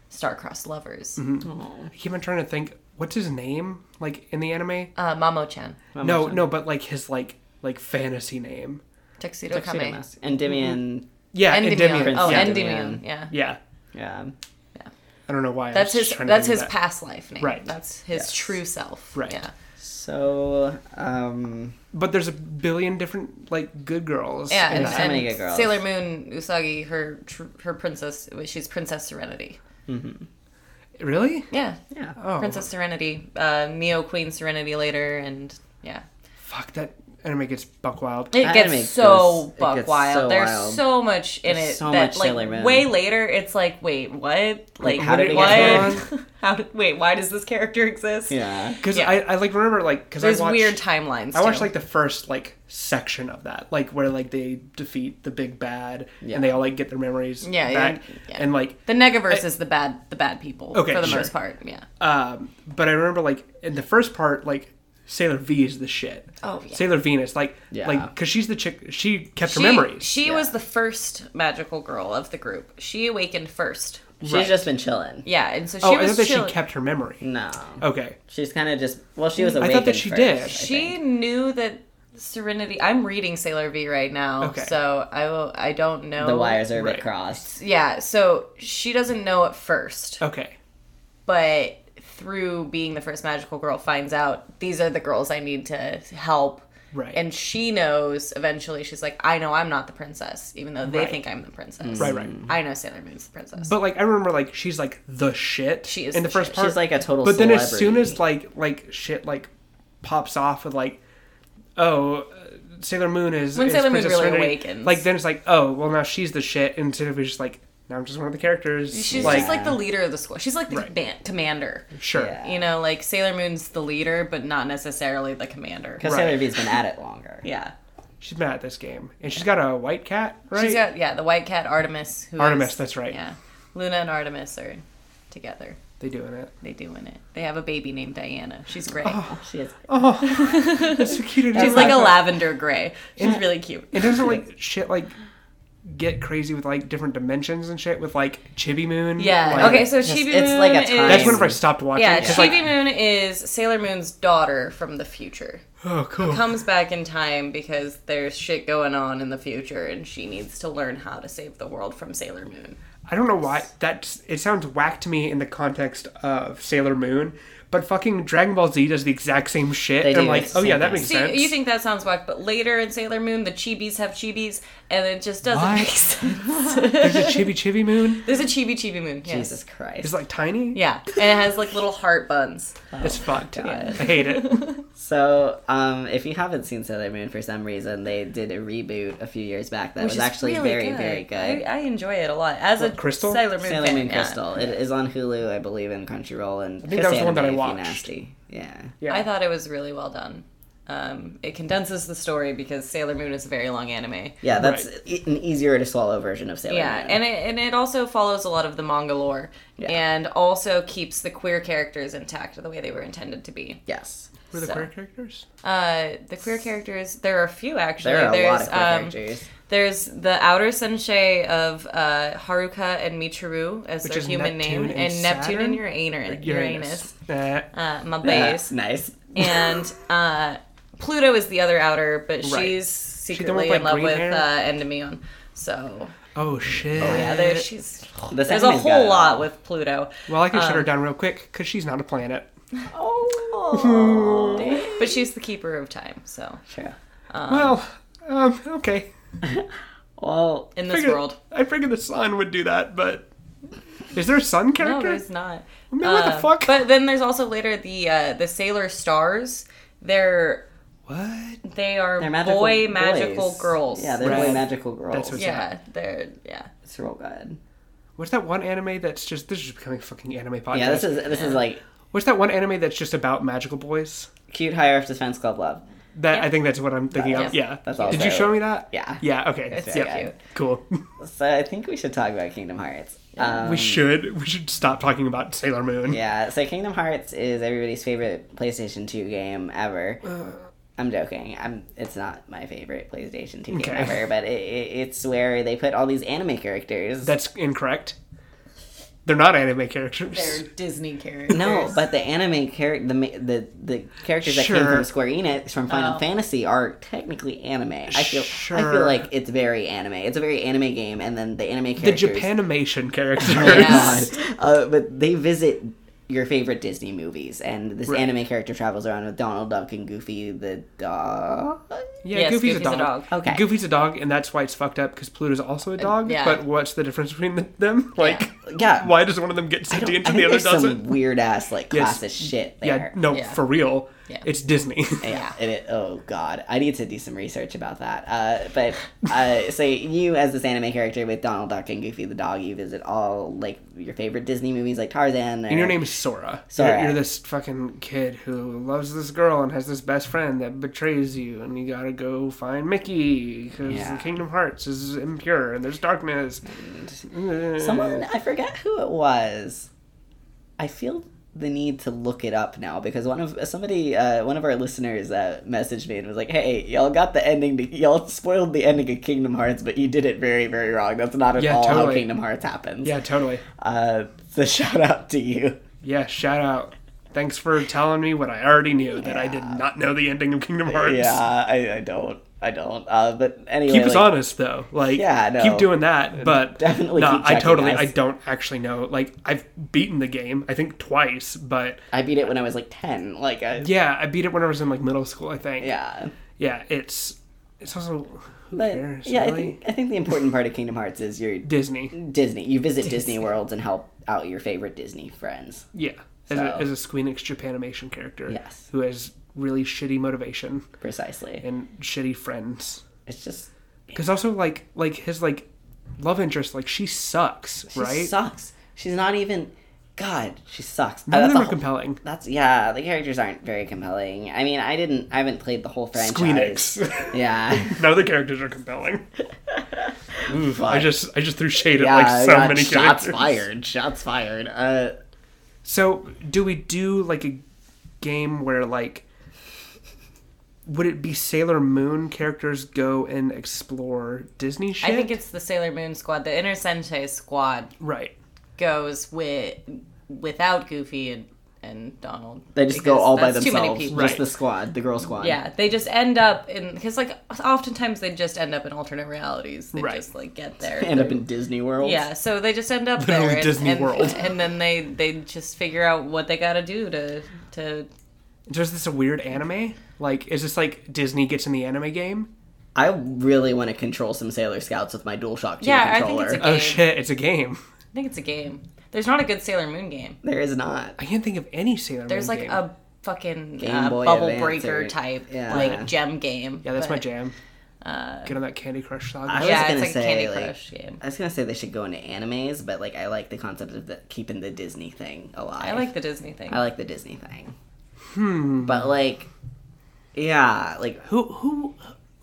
S3: star-crossed lovers.
S2: I keep on trying to think. What's his name? Like in the anime?
S3: Uh, Mamo-chan,
S2: no, no, but like his like like fantasy name.
S3: Tuxedo, Kame,
S1: Endymion
S2: Yeah,
S3: Endymion.
S2: Endymion.
S3: Oh,
S2: yeah.
S1: Endy-
S3: Endymion. Yeah.
S2: yeah,
S1: yeah
S2: I don't know why. I
S3: That's
S2: was
S3: his.
S2: trying to
S3: That's
S2: think
S3: his
S2: of that.
S3: past life name.
S2: Right.
S3: That's his
S1: Yes.
S3: true self.
S2: Right.
S3: Yeah.
S1: So, um,
S2: But there's a billion different like good girls.
S3: Yeah.
S2: in
S3: And,
S1: so
S2: that.
S1: many good
S3: and
S1: girls.
S3: Sailor Moon Usagi, her tr- her princess. She's Princess Serenity.
S2: really?
S3: Yeah.
S1: yeah.
S2: Oh,
S3: Princess Serenity. Uh, Neo Queen Serenity later, and yeah.
S2: fuck that anime gets buck wild.
S3: It
S1: That
S3: gets
S1: anime
S3: so
S1: goes- it
S3: buck
S1: gets
S3: wild.
S1: so
S3: There's
S1: wild.
S3: so much in
S1: There's
S3: it
S1: so
S3: that
S1: much
S3: like
S1: Sailor Moon.
S3: way later it's like, wait, what? Like
S1: how did
S2: it
S3: what?
S2: get
S3: (laughs) how did, wait, why does this character exist?
S1: Yeah.
S2: Because
S3: Yeah.
S2: I, I like remember like because I
S3: There's
S2: watched
S3: weird timelines.
S2: I watched
S3: too.
S2: like the first like section of that, like where like they defeat the big bad
S1: Yeah.
S2: and they all like get their memories
S3: Yeah, yeah,
S2: back
S3: yeah.
S2: and like
S3: the Negaverse is the bad the bad people
S2: Okay,
S3: for the
S2: sure.
S3: most part. Yeah.
S2: Um, but I remember like in the first part, like Sailor V is the shit.
S3: Oh, yeah.
S2: Sailor Venus, like
S1: Yeah.
S2: like because she's the chick. She kept
S3: She,
S2: her memories.
S3: she
S1: Yeah.
S3: was the first magical girl of the group. She awakened first.
S1: She's
S2: Right.
S1: just been chilling.
S3: Yeah, and so she
S2: oh, I
S3: was
S2: thought that
S3: chilling.
S2: she kept her memory.
S1: No.
S2: Okay,
S1: She's kind of just. Well, she was
S2: I
S1: awakened.
S2: thought that she
S1: first,
S2: did.
S1: I
S3: she
S1: think.
S3: knew that Serenity. I'm reading Sailor V right now,
S2: Okay.
S3: so I will. I don't know
S1: The wires are a
S2: Right.
S1: bit crossed.
S3: Yeah, so she doesn't know at first,
S2: okay,
S3: but through being the first magical girl finds out these are the girls I need to help.
S2: Right.
S3: And she knows eventually she's like, I know I'm not the princess, even though they
S2: Right.
S3: think I'm the princess.
S2: Right, right.
S3: I know Sailor Moon's the princess.
S2: but like I remember like she's like the shit.
S3: She is
S2: in the,
S3: the
S2: first
S3: shit.
S2: part.
S1: She's like a total.
S2: but then as
S1: celebrity.
S2: soon as like like shit like pops off with like oh. uh, Sailor Moon is
S3: When
S2: is
S3: Sailor Moon
S2: Princess
S3: really
S2: Serenity,
S3: awakens.
S2: Like then it's like, oh well, now she's the shit, and Sailor Moon is just like, now I'm just one of the characters.
S3: she's
S2: like,
S3: just like the leader of the school. She's like the
S2: Right.
S3: ban- commander.
S2: sure,
S1: Yeah.
S3: You know, like Sailor Moon's the leader, but not necessarily the commander.
S1: because
S2: Right.
S1: Sailor V's been at it longer.
S3: Yeah.
S2: she's mad at this game, and she's got a white cat, right?
S3: She's got, yeah, the white cat Artemis. Who is-
S2: Artemis, that's right.
S3: Yeah. Luna and Artemis are together.
S2: They doing
S3: (laughs)
S2: it.
S3: They do in it. They have a baby named Diana. She's gray.
S1: She is.
S2: Oh, that's so cute.
S3: She's like a lavender gray. She's really cute.
S2: It doesn't like shit like get crazy with like different dimensions and shit with like Chibi Moon.
S3: Yeah.
S2: Like,
S3: okay, so
S1: Yes,
S3: Chibi
S1: it's
S3: Moon
S1: like a
S3: is
S1: time-
S2: That's whenever I stopped watching.
S3: yeah,
S2: 'cause,
S3: Chibi
S2: like,
S3: Moon is Sailor Moon's daughter from the future.
S2: oh, cool.
S3: Comes back in time because there's shit going on in the future, and she needs to learn how to save the world from Sailor Moon.
S2: I don't know why that it sounds whack to me in the context of Sailor Moon, but fucking Dragon Ball Z does the exact same shit.
S1: They
S2: and I'm
S1: do,
S2: like,
S1: it's the
S2: oh yeah,
S1: same
S2: that
S1: thing.
S2: makes
S3: See,
S2: sense.
S3: you think that sounds whack, but later in Sailor Moon, the chibis have chibis, and it just doesn't
S2: What?
S3: make sense.
S2: There's a Chibi Chibi Moon.
S3: (laughs) There's a chibi chibi moon. Yes.
S1: Jesus Christ.
S2: It's like tiny.
S3: Yeah, and it has like little heart buns.
S2: It's fucked.
S1: God.
S2: I hate
S3: (laughs)
S2: it.
S1: So, um, if you haven't seen Sailor Moon for some reason, they did a reboot a few years back that
S3: which
S1: was
S3: is
S1: actually
S3: really
S1: very, very good.
S3: I, I enjoy it a lot. As a
S2: What, Crystal?
S3: Sailor Moon,
S1: Sailor
S3: fan,
S1: Moon
S3: yeah.
S1: Crystal. It is on Hulu, I believe, and Crunchyroll, and I
S2: think that was the one that I watched.
S1: Nasty. Yeah.
S2: Yeah.
S3: I thought it was really well done. Um, it condenses the story because Sailor Moon is a very long anime.
S1: Yeah, that's e- an easier to swallow version of Sailor
S3: Yeah,
S1: Moon.
S3: and it, and it also follows a lot of the manga lore,
S1: Yeah.
S3: and also keeps the queer characters intact the way they were intended to be.
S1: yes,
S2: Were the
S3: So.
S2: queer characters?
S3: Uh, the queer characters, there are a few actually.
S1: there are a lot
S3: There's,
S1: of queer
S3: um,
S1: characters.
S3: There's the outer sensei of uh, Haruka and Michiru as
S2: Which
S3: their
S2: is
S3: human
S2: Neptune
S3: name,
S2: and
S3: and Neptune and Uranus, Uranus.
S2: Uranus. Uh,
S3: Uh, my
S1: Yeah, (laughs)
S3: base,
S1: nice.
S3: and uh, Pluto is the other outer,
S2: Right.
S3: but she's
S2: the one with,
S3: secretly
S2: like,
S3: in love
S2: green
S3: with
S2: hair?
S3: uh, Endymion. So
S2: oh shit.
S3: yeah, there she's.
S1: This
S3: There's a
S1: anime's got it
S3: whole lot
S1: all.
S3: with Pluto,
S2: Well, I can shut her down real quick because she's not a planet. Oh.
S1: (laughs)
S3: but she's the keeper of time. So
S1: Sure.
S2: well, um, okay.
S1: Well,
S3: in this
S2: Figured-
S3: world,
S2: I figured the sun would do that, but is there a sun
S3: no,
S2: character?
S3: there's not.
S2: Man, what the
S3: Uh,
S2: fuck?
S3: But then there's also later the uh, the Sailor Stars. They're
S2: What?
S3: They are
S1: they're magical
S3: boy
S1: boys.
S3: magical girls.
S1: Yeah, they're
S2: Right.
S1: boy magical girls.
S2: That's what's-
S3: yeah, they're yeah.
S1: it's real good.
S2: What's that one anime that's just this is becoming a fucking anime podcast?
S1: Yeah, this is this is like
S2: What's that one anime that's just about magical boys?
S1: cute higher Earth defense club love.
S2: That I think that's what I'm thinking of.
S3: Yeah.
S2: Yeah.
S1: That's all
S2: Did you
S1: so-
S2: show me that?
S1: Yeah.
S2: Yeah. Okay.
S3: It's
S2: yeah.
S3: very
S2: Cool. (laughs)
S1: So I think we should talk about Kingdom Hearts. Um,
S2: we should we should stop talking about Sailor Moon.
S1: Yeah, so Kingdom Hearts is everybody's favorite PlayStation 2 game ever. I'm joking. I'm. It's not my favorite PlayStation 2 game
S2: Okay.
S1: ever, but it, it, it's where they put all these anime characters.
S2: That's incorrect. They're not anime characters.
S3: They're Disney characters.
S1: No, but the anime character, the, ma- the the characters that came
S2: Sure.
S1: from Square Enix from Final
S3: Oh.
S1: Fantasy are technically anime. I feel I feel
S2: Sure.
S1: like it's very anime. It's a very anime game, and then the anime
S2: the
S1: characters.
S2: Japanimation characters.
S3: (laughs) Yes.
S1: God. (laughs) Uh, but they visit your favorite Disney movies, and this
S2: Right.
S1: anime character travels around with Donald Duck and Goofy the dog.
S2: Yeah,
S3: Yes,
S2: Goofy's, a, dog.
S1: Okay.
S2: Goofy's a dog, and that's why it's fucked up because Pluto's also a dog.
S3: Uh, yeah.
S2: But what's the difference between the- them? Like,
S1: Yeah.
S2: why does one of them get
S1: I don't-
S2: sentient
S1: I
S2: and the
S1: think
S2: other
S1: there's some
S2: doesn't?
S1: weird ass like
S2: Yes.
S1: class of shit
S2: Yeah, Mm.
S1: there.
S2: no,
S3: Yeah.
S2: for real.
S3: Yeah.
S2: It's Disney. (laughs)
S1: Yeah. and it- oh God, I need to do some research about that. Uh, but
S2: (laughs)
S1: uh, so you, as this anime character with Donald Duck and Goofy the dog, you visit all like your favorite Disney movies like Tarzan. Or,
S2: and your name is Sora.
S1: Sora.
S2: You're, you're this fucking kid who loves this girl and has this best friend that betrays you, and you gotta go find Mickey because
S1: Yeah.
S2: Kingdom Hearts is impure and there's darkness.
S1: Someone
S2: Mm.
S1: I forgot who it was. I feel the need to look it up now because one of somebody uh, one of our listeners uh, messaged me and was like, "Hey, y'all got the ending. To, y'all spoiled the ending of Kingdom Hearts, but you did it very, very wrong. That's not at
S2: Yeah,
S1: all how
S2: totally.
S1: Kingdom Hearts happens."
S2: Yeah, totally.
S1: Uh, so (laughs) shout out to you.
S2: Yeah, shout out. Thanks for telling me what I already knew that I did not know the ending of Kingdom Hearts.
S1: Yeah, I, I don't. I don't. Uh, but anyway,
S2: Keep us
S1: like,
S2: honest though. Like
S1: Yeah, I know.
S2: keep doing that. But
S1: Definitely
S2: no,
S1: keep
S2: I
S1: checking
S2: totally
S1: us.
S2: I don't actually know. Like I've beaten the game, I think twice, but
S1: I beat it when I was like ten. Like, I, yeah,
S2: yeah, I beat it when I was in like middle school, I think.
S1: yeah.
S2: Yeah, it's it's also who
S1: But
S2: cares?
S1: yeah, I
S2: really?
S1: think I think the important part of Kingdom Hearts is your
S2: Disney.
S1: Disney. You visit Disney worlds and help out your favorite Disney friends.
S2: Yeah. As,
S1: So-
S2: a, as a Squeenix Japanimation character
S1: Yes.
S2: who has really shitty motivation
S1: Precisely.
S2: and shitty friends.
S1: It's just
S2: Because also like like his like love interest, like she sucks,
S1: she
S2: right?
S1: sucks. She's not even. God, she sucks. Uh,
S2: None of
S1: that's
S2: them
S1: a
S2: are
S1: whole-
S2: compelling.
S1: That's yeah. The characters aren't very compelling. I mean, I didn't. I haven't played the whole franchise.
S2: Squeenix. (laughs)
S1: Yeah.
S2: None of the characters are compelling. Oof, I
S1: Fuck.
S2: just I just threw shade at
S1: Yeah.
S2: like so
S1: God,
S2: many
S1: shots
S2: characters.
S1: fired. Shots fired. Uh.
S2: So do we do like a game where like would it be Sailor Moon characters go and explore Disney shit?
S3: I think it's the Sailor Moon squad. The Inner Sentai squad
S2: right.
S3: goes with without Goofy and, and Donald.
S1: They just go
S3: because
S1: all by
S3: that's too many
S1: themselves.
S3: people.
S1: Just
S2: Right.
S1: the squad, the girl squad.
S3: Yeah, they just end up in because like oftentimes they just end up in alternate realities. They
S2: Right.
S3: just like
S1: (laughs)
S3: get there.
S1: End up in Disney World.
S3: yeah, so they just end up
S2: Literally
S3: there, and,
S2: Disney
S3: and-
S2: World.
S3: and then they they just figure out what they got to do to to.
S2: Does this a weird anime? Like is this like Disney gets in the anime game?
S1: I really want to control some Sailor Scouts with my DualShock 2
S3: Yeah, I think
S1: controller.
S3: it's a-
S2: Oh
S3: Game.
S2: shit, it's a game.
S3: I think it's a game. There's not a good Sailor Moon game.
S1: (laughs) there is not.
S2: I can't think of any Sailor
S3: There's
S2: Moon
S3: like
S2: game.
S3: a fucking
S1: Game
S3: uh,
S1: Boy
S3: bubble
S1: Advance
S3: breaker
S1: or-
S3: type
S1: yeah.
S3: like gem game.
S2: Yeah, that's my
S3: but- uh,
S2: jam. Get on that Candy Crush saga.
S1: I was
S3: Yeah,
S1: gonna
S3: it's like a
S1: say,
S3: Candy
S1: like-
S3: Crush game.
S1: I was gonna say they should go into animes, but like I like the concept of the, keeping the Disney thing alive.
S3: I like the Disney thing.
S1: I like the Disney thing. Hmm. But like, yeah, like (laughs)
S2: Who who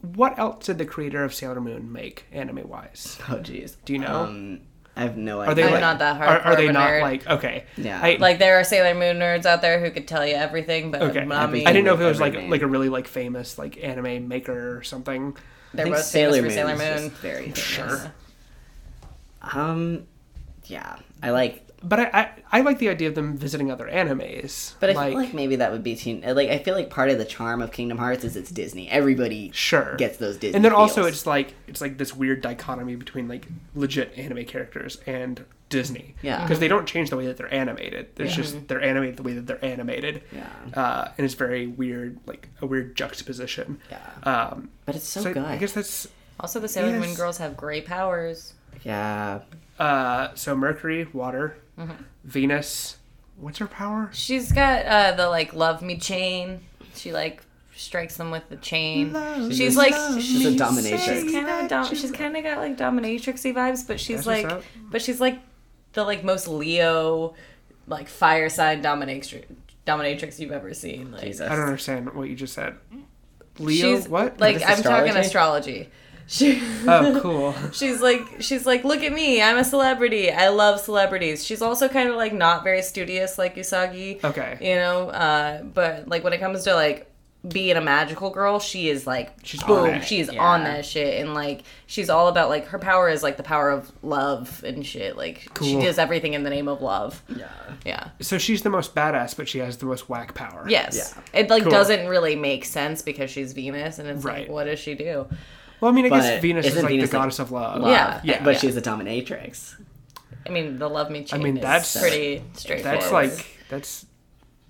S2: what else did the creator of Sailor Moon make anime wise?
S1: oh jeez,
S2: Do you know?
S1: Um, I have no idea.
S2: Are they
S3: I'm
S2: like,
S3: not that
S2: Are, are
S3: hardcore
S2: they
S3: of a
S2: not
S3: nerd.
S2: like okay?
S1: Yeah.
S2: I,
S3: Like there are Sailor Moon nerds out there who could tell you everything, but
S2: okay.
S3: mommy,
S2: I didn't know if it was
S1: every
S2: like
S1: name.
S2: like a really like famous like anime maker or something.
S1: I
S3: they're
S1: think
S3: both
S1: Sailor
S3: Sailor
S1: Moon.
S3: for Sailor
S1: is
S3: Moon.
S1: just very famous.
S2: Sure.
S1: Um, yeah, I like
S2: But I, I I like the idea of them visiting other animes.
S1: But I
S2: like,
S1: feel like maybe that would be too. Like I feel like part of the charm of Kingdom Hearts is it's Disney. Everybody
S2: sure
S1: gets those Disney.
S2: And then also
S1: feels.
S2: it's like it's like this weird dichotomy between like legit anime characters and Disney.
S1: Yeah.
S2: Because they don't change the way that they're animated. It's just they're animated the way that they're animated.
S1: Yeah.
S2: Uh, and it's very weird, like a weird juxtaposition.
S1: Yeah.
S2: Um,
S1: but it's so,
S2: so
S1: good.
S2: I, I guess that's
S3: Also, the Sailor Moon
S2: Yes.
S3: girls have gray powers.
S1: yeah,
S2: Uh, so Mercury, water,
S3: Mm-hmm.
S2: Venus. What's her power?
S3: She's got uh, the like love me chain. She like strikes them with the chain. she's like
S1: she's a
S3: she-
S1: dominatrix.
S3: She's kind of dom- she's kind of got like dominatrixy vibes, but she's
S2: That's what's
S3: like
S2: up.
S3: but she's like the like most Leo like fireside dominatrix dominatrix you've ever seen. Like
S1: Jesus.
S2: I don't understand what you just said. Leo,
S3: she's
S2: what?
S3: like
S1: is
S3: I'm talking
S1: astrology?
S3: astrology. (laughs) She
S2: oh, cool. (laughs)
S3: She's like she's like look at me, I'm a celebrity. I love celebrities. She's also kind of like not very studious like Usagi.
S2: Okay.
S3: You know, uh but like when it comes to like being a magical girl, she is like
S2: She's
S3: boom,
S2: on it.
S3: she's
S1: Yeah.
S3: on that shit, and like she's all about like her power is like the power of love and shit. Like she
S2: Cool.
S3: does everything in the name of love.
S1: Yeah.
S3: Yeah.
S2: So she's the most badass, but she has the most whack power.
S3: Yes.
S1: Yeah.
S3: It like
S2: Cool.
S3: doesn't really make sense because she's Venus, and it's like
S2: Right.
S3: what does she do?
S2: Well, I mean, I
S1: But
S2: guess Venus is
S1: isn't
S2: like
S1: Venus,
S2: the
S1: like,
S2: goddess of love.
S1: Love.
S3: Yeah.
S2: Yeah.
S1: Uh, But
S3: Yeah.
S1: she's a dominatrix.
S3: I mean, the love me chain. I
S2: mean,
S3: mean, that's
S2: that's-
S3: pretty straightforward.
S2: That's like that's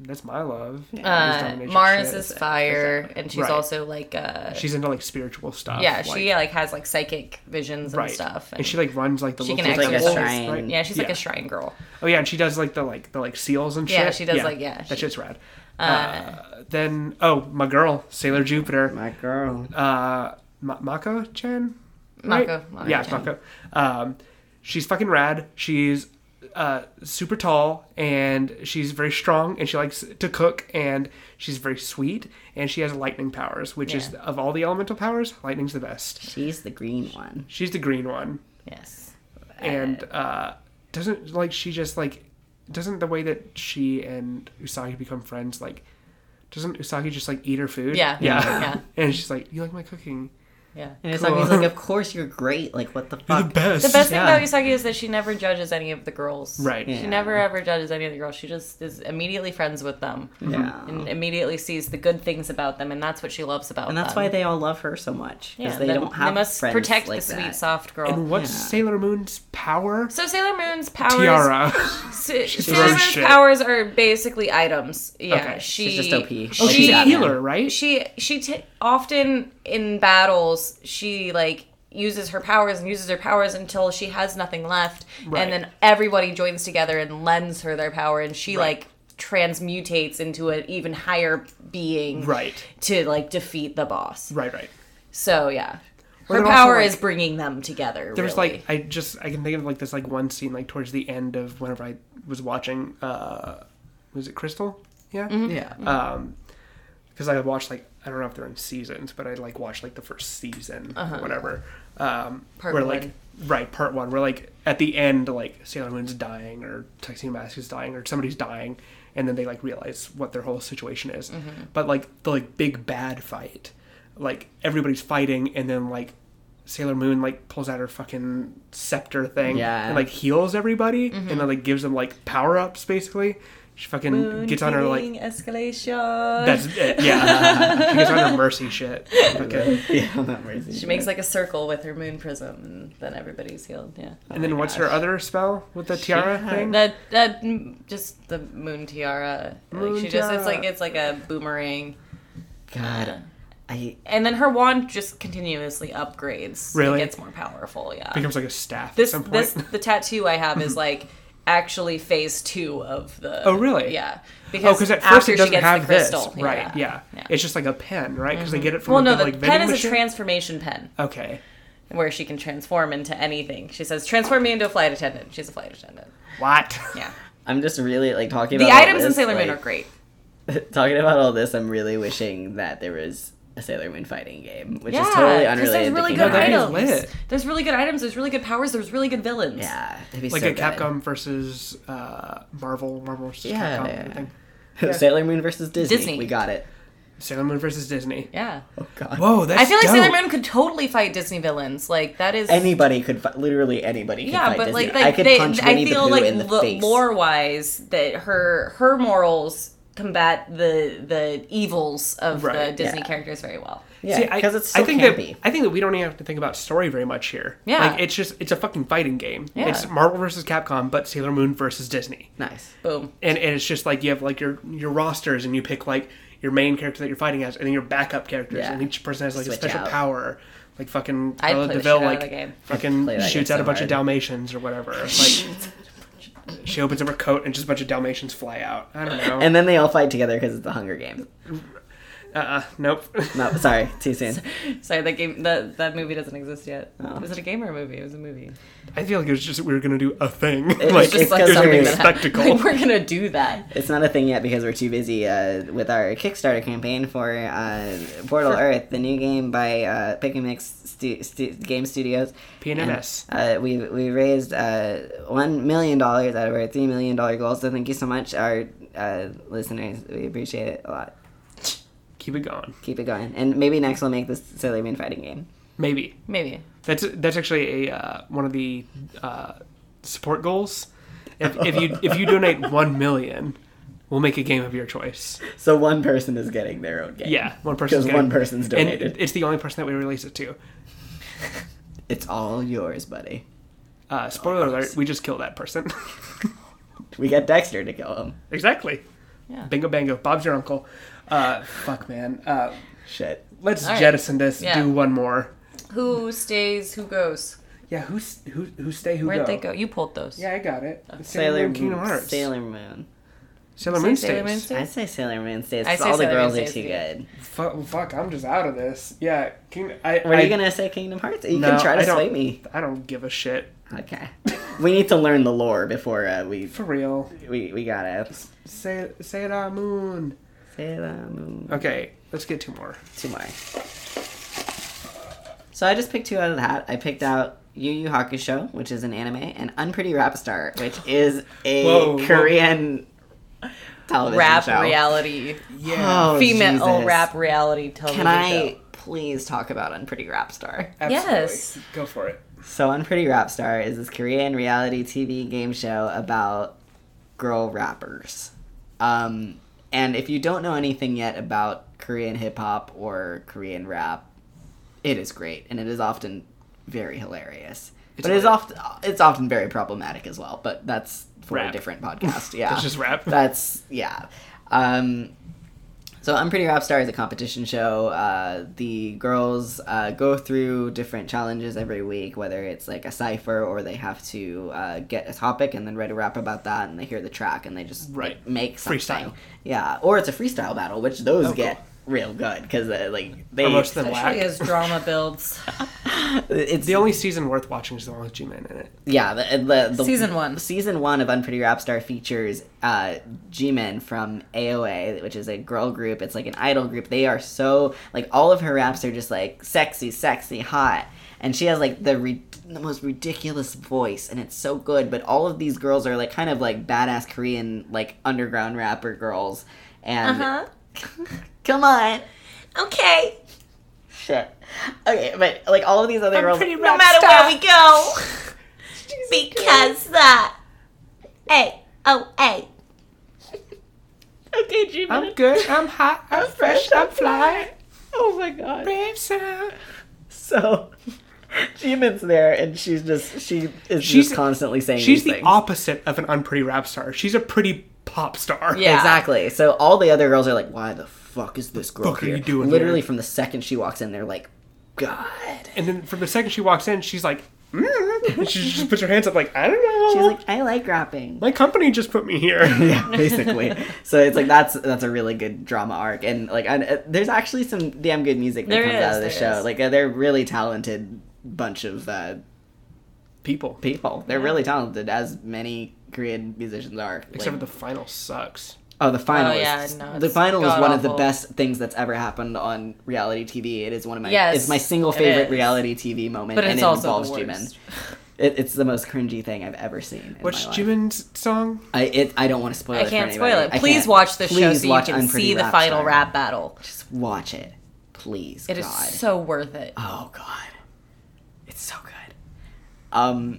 S2: that's my love. Is
S3: uh,
S2: domination
S3: Mars
S2: shit.
S3: is fire, and she's
S2: Right.
S3: also like uh,
S2: She's into like spiritual stuff.
S3: yeah,
S2: like,
S3: she like has like psychic visions and
S2: right
S3: stuff,
S2: and, she like runs like the
S3: she
S2: local
S3: can
S1: Like a
S3: actually-
S2: temples,
S1: shrine.
S2: right?
S3: yeah, she's like
S2: yeah.
S3: a shrine girl.
S2: Oh yeah, and she does like the like the like seals and shit.
S3: Yeah, she does, like, yeah,
S2: that
S3: she-
S2: shit's rad. Uh, then oh my girl Sailor Jupiter,
S1: My girl.
S2: uh, Ma- Mako Chan.
S3: Mako, Mako
S2: yeah,
S3: Chan.
S2: Mako. Um, she's fucking rad. She's uh, super tall and she's very strong and she likes to cook and she's very sweet and she has lightning powers, which is
S3: Yeah.
S2: of all the elemental powers, lightning's the best.
S1: She's the green one.
S2: She's the green one
S3: Yes.
S2: and uh, doesn't like she just like doesn't the way that she and Usagi become friends like doesn't Usagi just like eat her food?
S3: Yeah.
S2: yeah,
S3: Yeah.
S2: (laughs) and she's like, "You like my cooking?
S3: Yeah.
S1: And it's
S2: Cool.
S1: like, he's
S3: (laughs)
S1: like, of course you're great. Like, what the fuck?
S2: best."
S3: The best
S1: Yeah.
S3: thing about Usagi is that she never judges any of the girls.
S2: Right.
S3: She never ever judges any of the girls. She just is immediately friends with them.
S1: Yeah.
S3: And immediately sees the good things about them, and that's what she loves about
S1: And
S3: them.
S1: that's why they all love her so much. Because
S3: yeah,
S1: they don't have
S3: They must
S1: friends
S3: protect
S1: like
S3: the sweet,
S1: that.
S3: soft girl.
S2: And what's
S1: Yeah.
S2: Sailor Moon's power?
S3: so Sailor Moon's powers,
S2: Tiara.
S3: Sa-
S2: throws
S3: Sailor Moon's
S2: shit.
S3: powers are basically items. Yeah,
S2: Okay.
S3: she,
S1: She's just OP.
S2: (laughs) oh, she's a
S1: Yeah.
S2: healer, right?
S3: she she t- often in battles she like uses her powers and uses her powers until she has nothing left
S2: Right.
S3: and then everybody joins together and lends her their power and she
S2: Right.
S3: like transmutates into an even higher being
S2: Right.
S3: to like defeat the boss
S2: Right, right.
S3: so yeah
S2: Well,
S3: her
S2: they're also,
S3: power
S2: like-
S3: is bringing them together
S2: There was
S3: really.
S2: like I just I can think of like this like one scene like towards the end of whenever I was watching uh was it Crystal? Yeah.
S3: Mm-hmm.
S1: Yeah.
S3: Mm.
S2: because I watched like I don't know if they're in seasons, but I like watched like the first season, or whatever. Um,
S3: Uh-huh. Part
S2: where
S3: one.
S2: like right part one, where like at the end like Sailor Moon's dying or Tuxedo Mask is dying or somebody's dying, and then they like realize what their whole situation is.
S3: Mm-hmm.
S2: But like the like big bad fight, like everybody's fighting, and then like. Sailor Moon like pulls out her fucking scepter thing
S1: Yeah.
S2: and like heals everybody
S3: Mm-hmm.
S2: and then like gives them like power ups basically. She fucking gets on her like
S3: Moon-killing escalation
S2: that's it.
S3: (laughs)
S2: Yeah, she gets on her mercy shit. Okay.
S1: (laughs) yeah, I'm not raising
S3: she makes like a circle with her moon prism and then everybody's healed yeah
S2: And then what's her other spell with the tiara thing?
S3: That that mm, just the moon tiara. like
S2: Moon
S3: she just it's like it's like a boomerang,
S1: God, I
S3: and then her wand just continuously upgrades.
S2: Really?
S3: it gets more powerful. Yeah.
S2: Becomes like a staff
S3: um, this
S2: at some point.
S3: this the tattoo
S2: (laughs)
S3: I have is like actually phase two of the.
S2: Oh, really?
S3: Yeah.
S2: oh,
S3: Because
S2: because at
S3: after
S2: first it
S3: she
S2: doesn't
S3: gets
S2: have
S3: the crystal,
S2: this, right? Yeah.
S3: Yeah. Mm-hmm.
S2: it's just like a pen, right? Because they get it from
S3: Well,
S2: the,
S3: no, the
S2: like vending
S3: pen is
S2: machine.
S3: a transformation pen
S2: okay,
S3: where she can transform into anything. She says, "Transform me into a flight attendant." She's a flight attendant.
S2: what?
S3: Yeah.
S1: I'm just really like talking
S3: The
S1: about all
S3: items in
S1: this,
S3: Sailor
S1: like,
S3: Moon are great.
S1: (laughs) talking about all this, I'm really wishing that there was a Sailor Moon fighting game, which is
S3: 'cause
S1: totally unrelated.
S3: There's really
S1: to
S3: good
S1: Kingdom Hearts.
S2: No,
S3: items.
S2: that'd be lit.
S3: There's really good items. There's really good powers. There's really good villains.
S1: Yeah, it'd
S2: (laughs)
S1: be
S2: Like
S1: so
S2: a
S1: good.
S2: Capcom versus uh, Marvel, Marvel versus
S1: Yeah.
S2: Capcom, kind of thing.
S1: (laughs) Sailor Moon versus Disney.
S3: Disney.
S1: We got it.
S2: Sailor Moon versus Disney.
S3: Yeah.
S1: Oh God.
S2: Whoa, that's
S3: I feel like
S2: dope.
S3: Sailor Moon could totally fight Disney villains. Like that is
S1: Anybody could fi- literally anybody. Could
S3: yeah,
S1: fight
S3: but
S1: Disney.
S3: like,
S1: I
S3: like
S1: could
S3: they,
S1: punch
S3: I
S1: Winnie
S3: feel
S1: the Pooh
S3: like
S1: in the face.
S3: lore wise that her her morals combat the the evils of the
S2: Right,
S3: Disney
S1: yeah.
S3: characters very well.
S1: yeah,
S2: See, I-
S1: because it's so
S2: I think
S1: campy.
S2: that I think that we don't even have to think about story very much here.
S3: Yeah.
S2: like it's just it's a fucking fighting game.
S3: Yeah.
S2: It's Marvel versus Capcom, but Sailor Moon versus Disney,
S1: nice.
S3: Boom.
S2: and and it's just like you have like your your rosters, and you pick like your main character that you're fighting as, and then your backup characters,
S1: Yeah.
S2: and each person has like
S1: Switch
S2: a special
S1: out.
S2: power. Like fucking
S3: I'd
S2: Cruella
S3: play the
S2: Deville,
S3: shit out of
S2: like
S3: the game.
S2: fucking
S1: play that
S2: shoots
S1: game
S2: out a
S1: so
S2: bunch of
S1: hard.
S2: Dalmatians or whatever.
S1: (laughs)
S2: Like she opens up her coat, and just a bunch of Dalmatians fly out. I don't know.
S1: And then they all fight together because it's the Hunger Games.
S2: uh, uh nope. (laughs)
S3: (laughs)
S1: No, sorry, too soon.
S3: Sorry, that game that that movie doesn't exist yet.
S1: Oh.
S3: Was it a game or a movie? It was a movie.
S2: I feel like it was just we were gonna do a thing. (laughs)
S1: was
S2: like
S1: just
S2: it
S1: like
S2: was gonna be
S1: something
S2: a
S1: that
S3: happened.
S2: spectacle.
S1: (laughs)
S3: Like, we're gonna do that.
S1: It's not a thing yet because we're too busy uh, with our Kickstarter campaign for uh, Portal Earth, the new game by uh, Pick and Mix stu- stu- Game Studios.
S2: PNMS.
S1: And, uh, we we raised uh, one million dollars out of our three million dollar goal. So thank you so much, our uh, listeners. We appreciate it a lot.
S2: Keep it going.
S1: Keep it going. And maybe next we'll make this Sailor Moon fighting game.
S2: Maybe
S3: Maybe.
S2: that's that's actually a uh, one of the uh, support goals. If, if you if you
S1: (laughs)
S2: donate one million, we'll make a game of your choice.
S1: So one person is getting their own game.
S2: Yeah, one person's
S1: Because
S2: getting-
S1: one person's donated.
S2: And it's the only person that we release it to.
S1: It's all yours, buddy.
S2: Uh, spoiler alert: we just kill that person. (laughs)
S1: We got Dexter to kill him.
S2: exactly.
S3: Yeah.
S2: Bingo bango. Bob's your uncle. Uh, fuck man. Uh,
S1: Shit.
S2: let's
S3: All right.
S2: jettison this.
S3: Yeah.
S2: Do one more.
S3: Who stays? Who goes?
S2: Yeah. Who's who? Who stay? Who
S3: Where'd
S2: go?
S3: they go? Oh. You pulled those.
S2: Yeah, I got it. It's
S1: Sailor,
S2: Moon, Kingdom
S1: Moon.
S2: Hearts.
S1: Sailor Moon.
S2: Sailor
S3: Say
S2: Moon
S3: Sailor Moon
S2: stays.
S3: stays?
S1: I say Sailor Moon stays.
S3: I say
S1: all the
S3: Sailor Moon
S1: girls are
S3: stays,
S1: too
S3: too.
S1: good.
S2: Fuck, fuck, I'm just out of this. Yeah, King, I.
S1: Were
S2: I,
S1: you gonna say Kingdom Hearts? You
S2: No,
S1: can try to
S2: I don't-
S1: sway me.
S2: I don't give a shit.
S1: Okay. (laughs) we need to learn the lore before uh, we
S2: For real.
S1: we we gotta.
S2: Say Sailor Moon.
S1: Sailor Moon.
S2: Okay, let's get two more.
S1: Two more. So I just picked two out of the hat. I picked out Yu Yu Hakusho, which is an anime, and Unpretty Rap Star, which is a
S2: Whoa, whoa.
S1: Korean television
S3: Rap
S1: show.
S3: reality.
S2: Yeah.
S1: Oh,
S3: Female
S1: Jesus.
S3: rap reality
S1: Can
S3: television
S1: I
S3: show.
S1: please talk about Unpretty Rap Star?
S3: Yes.
S2: Go for it.
S1: So, Unpretty Rap Star is this Korean reality TV game show about girl rappers. Um, and if you don't know anything yet about Korean hip hop or Korean rap, it is great, and it is often very hilarious. but it is often it's often very problematic as well. But that's for a
S2: Rap.
S1: different
S2: (laughs)
S1: podcast. Yeah,
S2: That's just rap.
S1: That's yeah. Um, so I'm Pretty Rap Star is a competition show. Uh, the girls uh, go through different challenges every week, whether it's like a cipher or they have to uh, get a topic and then write a rap about that, and they hear the track and they just like,
S2: Right.
S1: make something.
S2: Freestyle.
S1: Yeah, or it's a freestyle battle, which those
S2: Oh, cool.
S1: get real good because uh, like they
S2: Or most of them
S3: Especially
S2: whack.
S3: as drama builds.
S1: (laughs) it's
S2: The only season worth watching is the one with G-Man in it.
S1: Yeah, the, uh, the, the
S3: Season one.
S1: Season one of Unpretty Rap Star features uh, G-Men from AOA, which is a girl group. It's like an idol group. They are so like all of her raps are just like sexy, sexy, hot, and she has like the re- the most ridiculous voice, and it's so good. But all of these girls are like kind of like badass Korean like underground rapper girls, and (laughs)
S3: Uh-huh.
S1: come on,
S3: Okay.
S1: (laughs) shit. Okay, but like all of these other girls,
S2: Pretty
S1: no
S2: Rap
S1: matter
S2: Star.
S1: where we (laughs) go.
S4: because that. A O A.
S1: (laughs) okay, G-Men.
S2: I'm good. I'm hot. I'm fresh. I'm fly.
S1: oh my god.
S2: Brave sound.
S1: So (laughs) Jimin's there, and she's just she is
S2: She's-
S1: just constantly saying
S2: She's the
S1: these things.
S2: opposite of an unpretty rap star. She's a pretty pop star.
S3: Yeah.
S1: Exactly. So all the other girls are like, "Why the fuck is this girl
S2: fuck are
S1: here?"
S2: you doing
S1: Literally
S2: here?
S1: from the second she walks in, they're like, "God."
S2: And then from the second she walks in, she's like, mm. (laughs) and she just puts her hands up like, I don't know.
S1: She's like, "I like rapping."
S2: my company just put me here.
S1: (laughs) yeah, basically. so it's like that's that's a really good drama arc, and like I, uh, there's actually some damn good music that
S3: There
S1: comes
S3: is,
S1: out of the
S3: there
S1: show.
S3: is.
S1: Like uh, they're really talented bunch of uh,
S2: People.
S1: people. They're really talented, as many Korean musicians are.
S2: Except
S1: Like,
S2: for the final sucks.
S1: Oh, the final!
S3: Oh,
S1: is-
S3: yeah, no,
S1: the
S3: it's
S1: final is one of the
S3: god-awful.
S1: best things that's ever happened on reality TV. It is one of my.
S3: Yes,
S1: it's my single
S3: it
S1: favorite
S3: is.
S1: reality TV moment,
S3: But
S1: and
S3: it's
S1: it
S3: also
S1: involves
S3: the
S1: Jimin.
S3: worst.
S1: It, it's the most cringy thing I've ever seen. In
S2: What's
S1: my life.
S2: Jimin's song?
S1: I it, I don't want to spoil.
S3: I
S1: it
S3: can't
S1: for
S3: spoil
S1: anybody.
S3: it.
S1: I
S3: Please
S1: can't.
S3: watch this show
S1: Please
S3: so you
S1: watch
S3: can
S1: Unpretty
S3: see the
S1: Rap
S3: final
S1: Star.
S3: rap battle.
S1: Just watch it, please.
S3: It is
S1: God.
S3: so worth it.
S1: Oh God, it's so good. Um,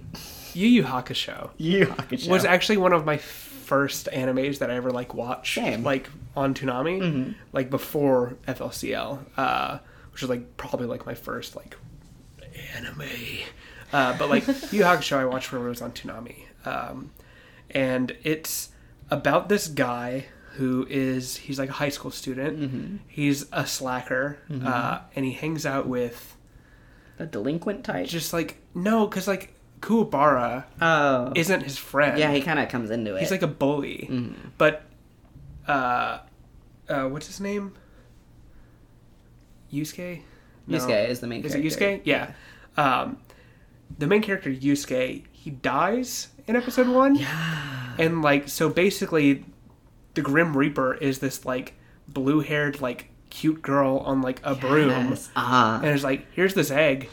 S2: Yu Yu Hakusho
S1: (laughs) Yu Yu Hakusho.
S2: was actually one of my first animes that I ever like watched,
S1: Same. Mm-hmm.
S2: like on Toonami, like before FLCL, uh, which was like probably like my first like anime. Uh, but
S1: (laughs)
S2: like Yu Yu Hakusho, I watched when it was on Toonami, um, and it's about this guy who is he's like a high school student.
S1: Mm-hmm.
S2: He's a slacker, uh, and he hangs out with
S1: the delinquent type?
S2: just like no, because like Kuwabara
S1: oh,
S2: isn't his friend.
S1: yeah. Mm. He kind of comes into it.
S2: He's like a bully, but uh, uh, what's his name? Yusuke. No.
S1: Yusuke is the main
S2: Is it
S1: character.
S2: Yusuke? Yeah. Um, the main character Yusuke, he dies in episode
S1: (gasps)
S2: one.
S1: (sighs)
S2: (sighs) Yeah. And like, so basically, the Grim Reaper is this like blue-haired like cute girl on like a broom,
S1: Yes. Ah.
S2: Uh-huh. and it's like, here's this egg.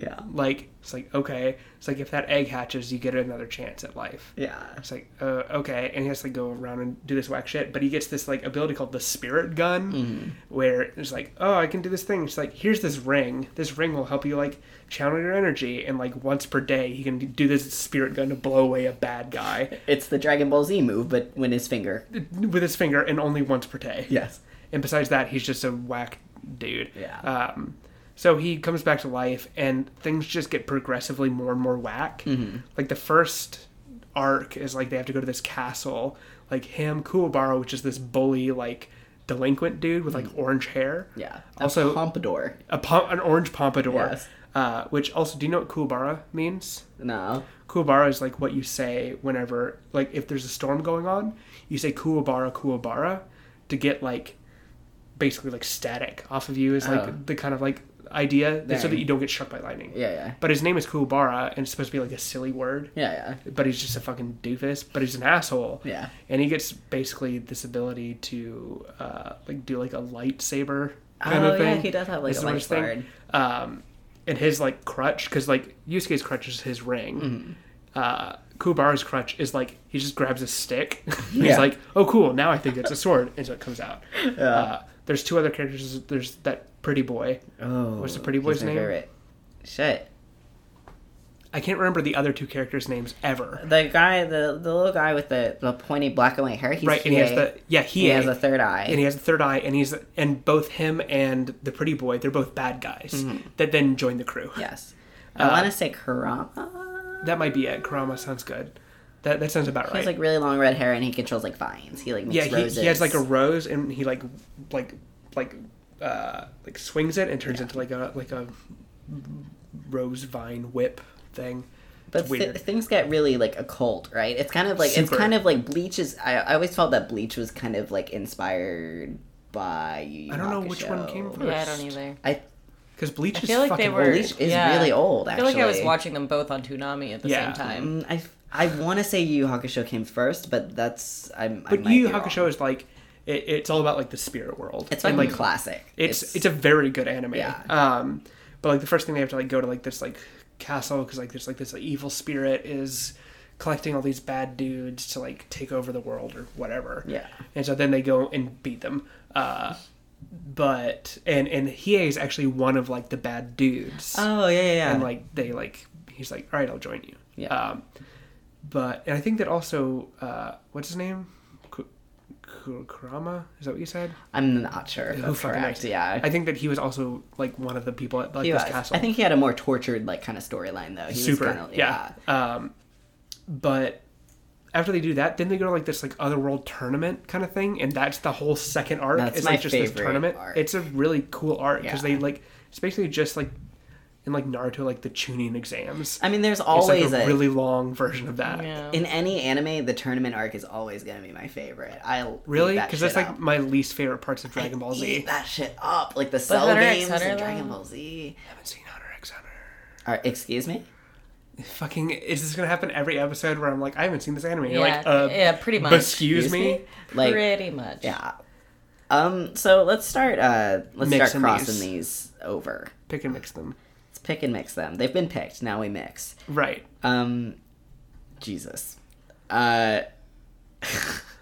S1: Yeah.
S2: Like it's like okay, it's like if that egg hatches, you get another chance at life.
S1: Yeah.
S2: It's like, uh, okay, and he has to go around and do this whack shit, but he gets this like ability called the spirit gun, where it's like, oh, I can do this thing. It's like, here's this ring. This ring will help you like channel your energy, and like once per day, he can do this spirit gun to blow away a bad
S1: (laughs)
S2: guy
S1: It's the Dragon Ball Z move, but with his
S2: (laughs)
S1: finger.
S2: with his finger, and only once per day.
S1: Yes.
S2: And besides that, he's just a whack dude.
S1: Yeah.
S2: Um, so he comes back to life, and things just get progressively more and more whack.
S1: Mm-hmm.
S2: Like the first arc is like they have to go to this castle. Like him, Kuwabara, which is this bully, like delinquent dude with like orange hair.
S1: Mm-hmm. Yeah.
S2: Also-
S1: a pompadour.
S2: A pom- an orange pompadour.
S1: Yes.
S2: Uh, which also, do you know what Kuwabara means?
S1: No.
S2: Kuwabara is like what you say whenever, like, if there's a storm going on, you say Kuwabara, Kuwabara to get, like, basically, like, static off of you is, like,
S1: Oh.
S2: the kind of, like, idea so
S1: Dang.
S2: that you don't get struck by lightning.
S1: Yeah, yeah.
S2: But his name is Kuwabara, and it's supposed to be, like, a silly word,
S1: Yeah,
S2: but he's just a fucking doofus, but he's an asshole.
S1: Yeah.
S2: And he gets basically this ability to, uh, like, do, like, a lightsaber
S1: yeah.
S2: kind
S1: oh,
S2: of thing.
S1: yeah, he does have like
S2: It's
S1: a
S2: the
S1: light
S2: worst thing.
S1: sword.
S2: Um, and his like crutch, because like Yusuke's crutch is his
S1: Mm-hmm.
S2: ring. Uh, Kubara's crutch is like he just grabs a stick. (laughs) and
S1: Yeah.
S2: He's like, oh cool, now I think it's a sword, and so it comes
S1: (laughs)
S2: out. Uh, there's two other characters. There's that pretty boy.
S1: Oh.
S2: What's the pretty
S1: he's
S2: boy's
S1: my
S2: name?
S1: Favorite. Shit.
S2: I can't remember the other two characters' names ever.
S1: The guy, the the little guy with the, the pointy black and white hair, he's
S2: right, and he has
S1: Hiei.
S2: the yeah he,
S1: he has a third eye.
S2: and he has a third eye, and he's and both him and the pretty boy, they're both bad guys
S1: Mm-hmm.
S2: that then join the crew.
S1: yes.
S2: Uh,
S1: I want to say Kurama.
S2: That might be it. Kurama sounds good. That that sounds about right.
S1: He has like really long red hair and he controls like vines. He like makes
S2: yeah he,
S1: roses.
S2: he has like a rose and he like like like uh like swings it and turns into like a like a rose vine whip thing
S1: But
S2: it's
S1: thi-
S2: weird
S1: things get really like occult, right? It's kind of like it's
S2: Super.
S1: kind of like Bleach is. I, I always felt that Bleach was kind of like inspired by. Yu Yu
S2: I don't know which one
S1: Hakusho.
S2: came
S3: Yeah, I don't
S2: First.
S3: either.
S1: I
S2: because bleach
S3: I
S2: is
S3: feel like
S2: fucking
S3: they were.
S2: old.
S1: Bleach is
S3: yeah.
S1: really old.
S3: I
S1: Actually,
S3: feel like I was watching them both on Toonami at the
S2: Yeah.
S3: same time.
S1: Mm, I I want to say Yu Yu Hakusho came first, but that's I'm. I
S2: but
S1: might
S2: yu Yu
S1: be
S2: hakusho
S1: wrong.
S2: is like it, it's all about like the spirit world
S1: It's
S2: and, like
S1: fucking classic.
S2: it's, it's a very good anime
S1: Yeah.
S2: um but like the first thing they have to like go to like this like castle because like there's like this like, evil spirit is collecting all these bad dudes to like take over the world or whatever
S1: Yeah.
S2: and so then they go and beat them uh but and and Hiei is actually one of like the bad dudes
S1: oh yeah yeah yeah.
S2: and like they like he's like all right i'll join you
S1: Yeah.
S2: um but and i think that also uh what's his name Ku- Ku- kurama is that what you said
S1: I'm not sure if
S2: who
S1: that's
S2: fucking
S1: correct.
S2: knows?
S1: Yeah.
S2: I think that he was also like one of the people at like
S1: He
S2: this
S1: was.
S2: castle.
S1: I think he had a more tortured like kind of storyline though. He
S2: super.
S1: Was kinda,
S2: yeah. Um, but after they do that, then they go to like this like otherworld tournament kind of thing, and that's the whole second arc.
S1: That's
S2: it's
S1: my
S2: like just this
S1: favorite
S2: tournament.
S1: arc.
S2: It's a really cool arc because
S1: Yeah.
S2: they like it's basically just like in like Naruto like the tuning exams.
S1: I mean, there's
S2: It's
S1: always
S2: like a,
S1: a
S2: really long version of that.
S3: Oh, Yeah.
S1: In any anime, the tournament arc is always gonna be my favorite. I
S2: Really?
S1: because
S2: Because that's like my least favorite parts of Dragon Ball Z.
S1: eat that shit up, like the Cell
S3: Hunter x
S1: games
S3: Hunter,
S1: and Dragon
S3: though?
S1: Ball Z.
S2: I haven't seen Hunter x Hunter.
S1: Or, excuse me.
S2: Fucking is this gonna happen every episode where I'm like, I haven't seen this anime.
S3: Yeah,
S2: You're like, uh,
S3: yeah, pretty much.
S2: Excuse me.
S1: Like
S3: pretty much.
S1: yeah. Um. So let's start. Uh. Let's
S2: Mixing
S1: start crossing
S2: these.
S1: these over.
S2: Pick and mix them.
S1: Let's pick and mix them. They've been picked. Now we mix.
S2: Right.
S1: Um. Jesus. Uh.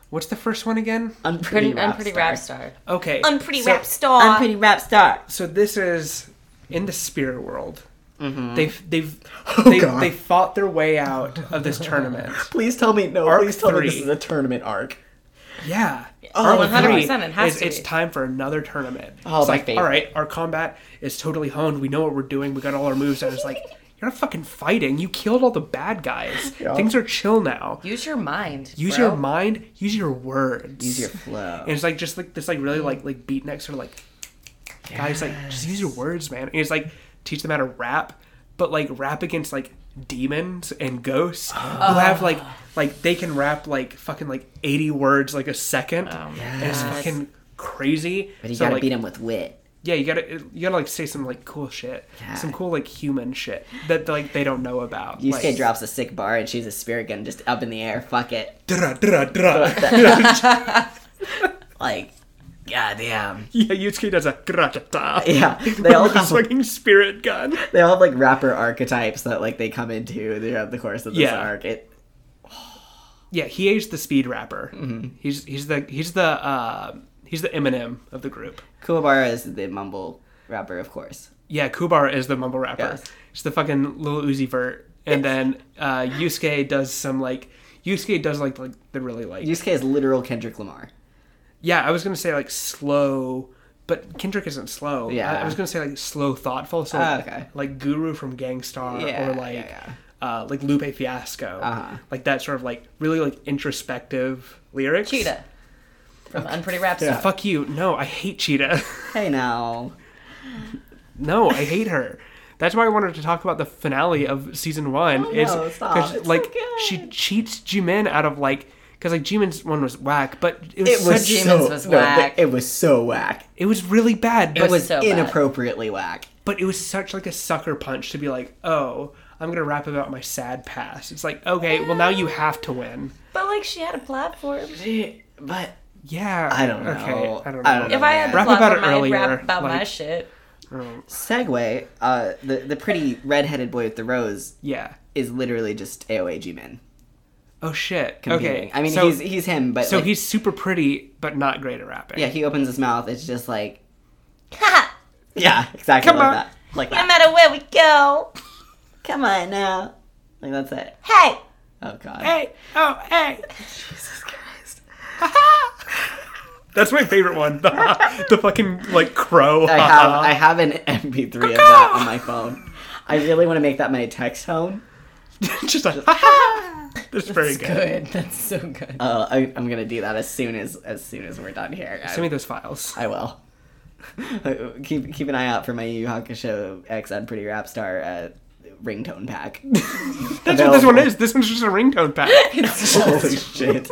S2: What's the first one again?
S1: Unpretty
S3: Pretty,
S1: rap
S3: I'm pretty
S1: star.
S3: rap star.
S2: Okay.
S4: Unpretty
S2: so,
S4: rap star.
S1: Unpretty rap star.
S2: So this is in the spirit world. They've
S1: (laughs)
S2: they've they,
S1: Mm-hmm. Oh, God.
S2: they fought their way out of this
S1: (laughs)
S2: tournament.
S1: Please tell me no.
S2: Arc
S1: please tell me
S2: three.
S1: this is a tournament arc.
S2: Yeah.
S1: Oh,
S2: Arc
S3: 100%,
S2: three
S3: it has
S2: is-
S3: to
S2: It's
S3: be.
S2: time for another tournament.
S1: Oh,
S2: it's
S1: my
S2: like,
S1: favorite.
S2: all right, our combat is totally honed. We know what we're doing. We got all our moves. And it's
S3: (laughs)
S2: like, you're not fucking fighting. You killed all the bad guys.
S1: Yeah.
S2: Things are chill now.
S3: Use your mind.
S2: Use
S3: bro.
S2: your mind. Use your words.
S1: Use your flow.
S2: And it's like just like this like really like like beat next sort of like guys like just use your words, man. And it's like teach them how to rap, but like rap against like demons and ghosts who have like like they can rap like fucking like eighty words like a second. and it's fucking crazy.
S1: But you
S2: So,
S1: gotta
S2: like,
S1: beat him with wit.
S2: Yeah, you gotta you gotta like say some like cool shit.
S1: Yeah.
S2: Some cool like human shit that like they don't know about.
S1: Yusuke
S2: like,
S1: drops a sick bar and she's a spirit gun just
S2: (laughs)
S1: up in the air. Fuck it.
S2: "Dra, dra, dra."
S1: Like, Goddamn.
S2: (laughs) Yeah, Yusuke does a grata.
S1: Yeah, they
S2: (laughs)
S1: all
S2: with his
S1: have like,
S2: fucking spirit gun.
S1: they all have like rapper archetypes that like they come into throughout the course of this
S2: Yeah.
S1: arc. It,
S2: Yeah, he is the speed rapper.
S1: Mm-hmm.
S2: He's he's the he's the uh, he's the Eminem of the group.
S1: Kuwabara is the mumble rapper, of course.
S2: Yeah, Kubar is the mumble rapper.
S1: Yes.
S2: He's the fucking little Uzi Vert, and then uh, Yusuke does some like Yusuke does like like the really like
S1: Yusuke is literal Kendrick Lamar.
S2: yeah. I was gonna say like slow, but Kendrick isn't slow.
S1: Yeah.
S2: I, I was gonna say like slow, thoughtful. So
S1: Ah,
S2: like,
S1: okay.
S2: like Guru from Gangstar,
S1: Yeah,
S2: or like
S1: yeah, yeah.
S2: Uh, like Lupe Fiasco,
S1: Uh-huh.
S2: like that sort of like really like introspective lyrics.
S3: Cheetah from Unpretty Rhapsody.
S1: Yeah.
S2: Fuck you. No, I hate Cheetah. (laughs)
S1: Hey now.
S2: No, I hate her. That's why I wanted to talk about the finale of season one.
S1: Oh,
S2: is
S1: no, stop. It's
S2: like
S1: so good.
S2: she cheats Jimin out of like because like Jimin's one was whack, but it was,
S1: It was
S2: such,
S1: so
S3: Demons was
S1: no,
S3: whack.
S1: it was so whack.
S2: it was really bad. But,
S1: It was
S3: so bad.
S1: inappropriately whack.
S2: but it was such like a sucker punch to be like, oh, I'm gonna rap about my sad past. It's like okay, well now you have to win.
S3: But like she had a platform.
S1: But
S2: Yeah,
S1: I don't know.
S2: Okay, I don't know.
S1: I don't
S3: If I had a
S1: Rap
S3: platform,
S2: about it
S3: I'd
S2: earlier,
S3: rap about my
S2: like-
S3: shit.
S1: segue, uh, the the pretty redheaded boy with the rose
S2: Yeah.
S1: is literally just AOA G-Man
S2: Oh shit.
S1: competing.
S2: Okay.
S1: E I mean,
S2: so,
S1: he's he's him, but
S2: so
S1: like,
S2: he's super pretty, but not great at rapping.
S1: yeah, he opens his mouth. It's just like
S4: Ha!
S1: yeah, exactly
S2: Come
S1: like
S2: on.
S1: that, like
S4: No
S1: that.
S4: matter where we go,
S1: Come on now, like that's it.
S3: (laughs)
S4: hey,
S1: Oh god.
S2: Hey! Oh, hey! Jesus Christ. (laughs) That's my favorite one. The, the fucking, like, crow. (laughs)
S1: I have I have an MP3 of that on my phone. I really want to make that my text home.
S2: Just like, ha (laughs) That's very good.
S3: Good. That's so good.
S1: Uh, I, I'm gonna do that as soon as as soon as we're done here. I,
S2: Send me those files.
S1: I will. (laughs) keep keep an eye out for my Yu Yu Hakusho X on Pretty Rap Star uh, ringtone pack. (laughs)
S2: That's what this one is. This one's just a ringtone pack.
S3: It's
S1: Holy shit!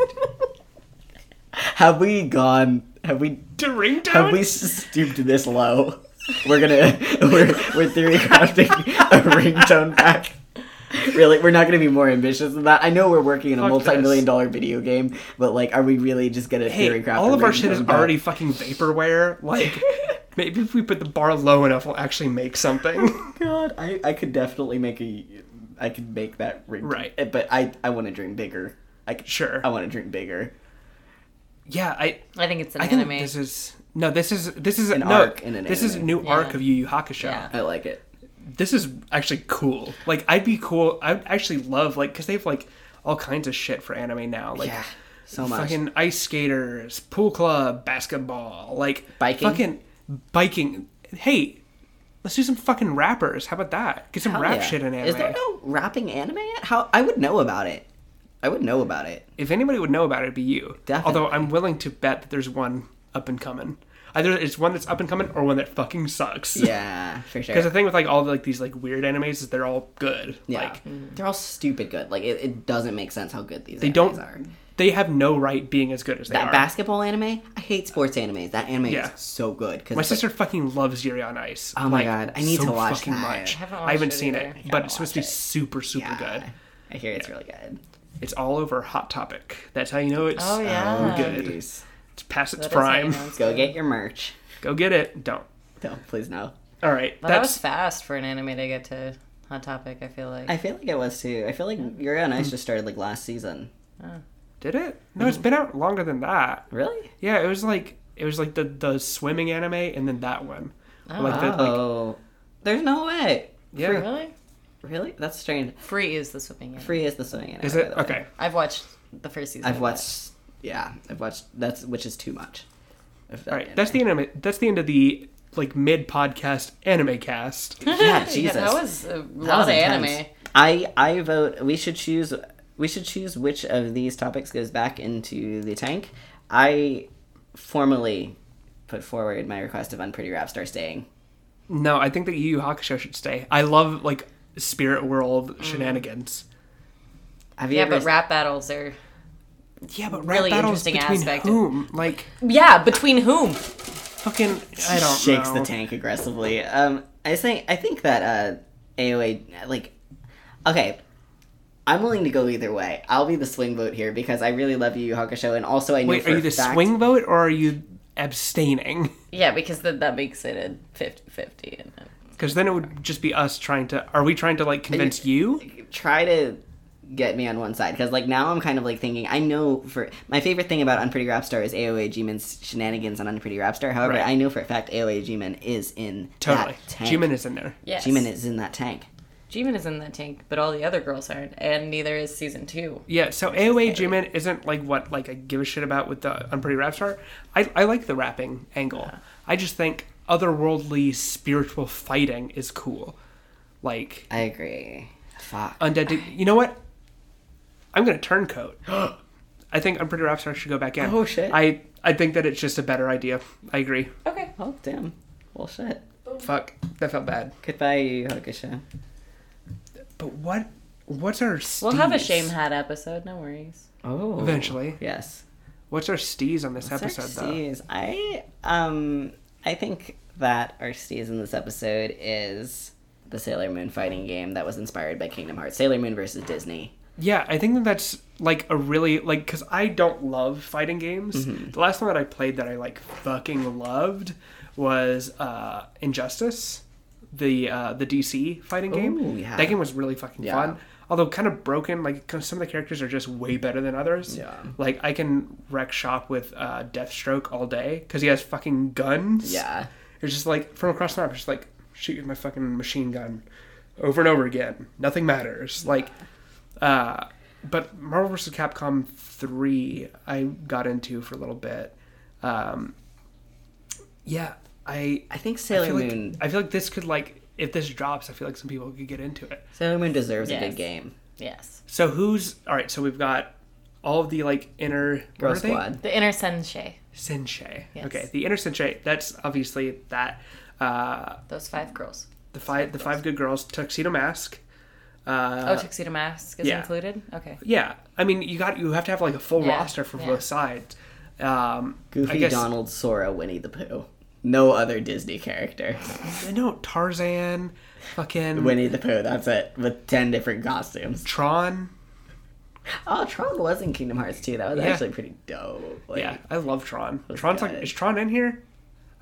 S1: have we gone? Have we?
S2: to
S1: Have
S2: ringtone?
S1: we stooped this low? We're gonna (laughs) we're we're theory
S2: (laughs)
S1: crafting a ringtone pack. Really, we're not gonna be more ambitious than that. I know we're working in a
S2: Fuck
S1: multi-million
S2: this.
S1: dollar video game, but like, are we really just gonna theory
S2: hey,
S1: craft?
S2: all
S1: a
S2: of our shit
S1: ringtone
S2: is
S1: pack?
S2: already fucking vaporware.
S1: (laughs)
S2: Like, maybe if we put the bar low enough, we'll actually make something.
S1: (laughs) God, I, I could definitely make a, I could make that ring.
S2: Right.
S1: eh, but I I want to dream bigger. I could,
S2: Sure.
S1: I want to dream bigger.
S2: Yeah, I...
S3: I think it's an
S2: I think
S3: anime.
S2: this is... No, this is this is
S1: An
S2: no,
S1: arc in an
S2: this is a
S1: anime.
S2: new arc
S3: Yeah.
S2: of Yu Yu Hakusho.
S3: Yeah.
S1: I like it.
S2: this is actually cool. Like, I'd be cool. I'd actually love like because they have like all kinds of shit for anime now. Like,
S1: Yeah, so much.
S2: fucking ice skaters, pool club, basketball, like
S1: Biking.
S2: fucking biking. Hey, let's do some fucking rappers. How about that? Get some
S1: Hell
S2: rap
S1: yeah.
S2: shit in anime.
S1: Is there no rapping anime yet? How I would know about it. I would know about it.
S2: If anybody would know about it, it'd be you.
S1: Definitely.
S2: Although I'm willing to bet that there's one up and coming. Either it's one that's up and coming or one that fucking sucks. (laughs)
S1: Yeah, for sure.
S2: Because the thing with like all the, like these like weird animes is they're all good.
S1: yeah,
S2: Like
S1: they're all stupid good. Like it, it doesn't make sense how good these.
S2: Mm-hmm. They
S1: animes
S2: don't.
S1: Are.
S2: They have no right being as good as they
S1: That
S2: are.
S1: basketball anime. I hate sports animes. That anime
S2: Yeah.
S1: is so good. Cause
S2: my
S1: it's like-
S2: sister fucking loves Yuri on Ice.
S1: Oh my God, I need to watch
S2: fucking
S1: that.
S2: Much.
S1: I
S3: haven't
S2: I haven't
S3: watched it
S2: seen it,
S3: either.
S2: but it's supposed to be
S1: watch it.
S2: super, super
S1: yeah.
S2: good.
S1: I hear it's really good.
S2: It's all over Hot Topic. That's how you know it's
S3: Oh, yeah.
S2: um,
S3: Oh,
S2: good.
S1: Jeez.
S2: It's past its
S3: That is how you
S2: prime.
S3: know it's
S1: Go
S3: good.
S1: get your merch.
S2: Go get it. Don't.
S1: Don't please no.
S2: All right.
S3: But that was
S2: that's
S3: fast for an anime to get to Hot Topic. I feel like
S1: I feel like it was too. I feel like Yuri on Ice just started like last season.
S2: did it. No,
S1: Mm-hmm.
S2: it's been out longer than that.
S1: Really?
S2: Yeah, it was like it was like the the swimming anime and then that one.
S3: Oh,
S2: like the like
S1: Oh, there's no way.
S2: yeah.
S3: really
S1: Really? That's strange.
S3: free is the swimming. Anime.
S1: Free is the swimming. anime,
S2: Is
S1: by
S2: it
S1: the way.
S2: okay?
S3: I've watched the first season.
S1: I've
S3: of
S1: watched. Yeah, I've watched. That's which is too much. Of that
S2: All right. (laughs)
S1: anime.
S2: That's the anime. That's the end of the like mid podcast anime cast.
S3: that.
S1: Yeah,
S3: Yeah,
S1: Jesus.
S3: that was a
S2: Oh,
S3: lot of
S1: intense.
S3: anime.
S1: I I vote. We should choose. We should choose which of these topics goes back into the tank. I formally put forward my request of unpretty rap star staying.
S2: No, I think that Yu Yu Hakusho should stay. I love like spirit world
S3: Mm.
S2: shenanigans.
S1: Have you
S3: Yeah,
S1: ever
S3: but rap battles are.
S2: Yeah, but
S3: Really interesting aspect of-
S2: whom? Like
S3: Yeah, between whom?
S2: fucking, I don't
S1: shakes
S2: know.
S1: the tank aggressively. Um, I think I think that uh, AOA like okay. I'm willing to go either way. I'll be the swing vote here because I really love Yu Yu Hakusho, and also I know
S2: Wait,
S1: for
S2: are you
S1: a
S2: the
S1: fact-
S2: swing vote or are you abstaining (laughs)
S3: Yeah, because then that makes it a 50 50. And then
S2: because then it would just be us trying to are we trying to
S1: Uh,
S2: like convince you
S1: try to get me on one side because like now i'm kind of like thinking i know for my favorite thing about unpretty rap star is aoa g-man's shenanigans on unpretty rap star however
S2: Right.
S1: i know for a fact aoa g-man is in
S2: totally
S1: that tank
S2: G-Man is in there
S3: yes.
S1: G-Man is in that tank
S3: G-Man is in that tank, but all the other girls aren't, and neither is season two.
S2: yeah so aoa G-Man isn't like what like i give a shit about with the unpretty rap star i, I like the rapping angle i just think otherworldly spiritual fighting is cool like
S1: i agree fuck
S2: undead Dig- you know what i'm gonna turncoat (gasps) i think unpretty rap star should go back in
S1: Oh, shit.
S2: i i think that it's just a better idea i agree
S3: Okay.
S1: oh damn well shit
S2: fuck that felt bad
S1: goodbye you hokusha
S2: But what? What's our?
S3: We'll have a
S2: steez?
S3: shame hat episode, no worries.
S1: oh
S2: Eventually,
S1: yes
S2: what's our steez on this episode
S1: Our
S2: though?
S1: steez. I um I think that our steez in this episode is the Sailor Moon fighting game that was inspired by Kingdom Hearts. Sailor Moon versus Disney.
S2: Yeah, I think that that's like a really like because I don't love fighting games.
S1: Mm-hmm.
S2: The last one that I played that I like fucking loved was uh Injustice, the uh the DC fighting game.
S1: Ooh, yeah.
S2: That game was really fucking
S1: Yeah.
S2: fun. Although kind of broken, like 'cause some of the characters are just way better than others.
S1: Yeah.
S2: Like I can wreck shop with uh, Deathstroke all day because he has fucking guns.
S1: Yeah.
S2: It's just like from across the map, just like shoot with my fucking machine gun over and over again. Nothing matters. Like, uh, but Marvel vs. Capcom 3, I got into for a little bit. Um, yeah, I,
S1: I think
S2: I
S1: Sailor
S2: feel
S1: Moon
S2: like I feel like this could like if this drops, I feel like some people could get into it.
S1: Sailor Moon deserves a
S3: Yes.
S1: good game.
S3: Yes.
S2: So who's all right? So we've got all of the like inner what
S1: Girl
S2: are they?
S1: Squad.
S3: The inner sensei,
S2: sensei.
S3: Yes.
S2: Okay, the inner sensei. That's obviously that. Uh,
S3: those five girls.
S2: the five the five good girls tuxedo mask
S3: Oh,
S2: uh,
S3: Tuxedo Mask is
S2: yeah.
S3: included? Okay.
S2: yeah i mean you got you have to have like a full
S3: Yeah,
S2: roster for
S3: yeah.
S2: both sides um i
S1: Goofy,
S2: guess
S1: Donald, Sora, Winnie the Pooh. No other Disney (laughs) character.
S2: no tarzan fucking
S1: Winnie the Pooh, that's it. With ten different costumes.
S2: tron
S1: Oh, Tron was in Kingdom Hearts too. That was
S2: Yeah.
S1: actually pretty dope. Like,
S2: yeah i love tron tron's like
S1: God.
S2: is tron in here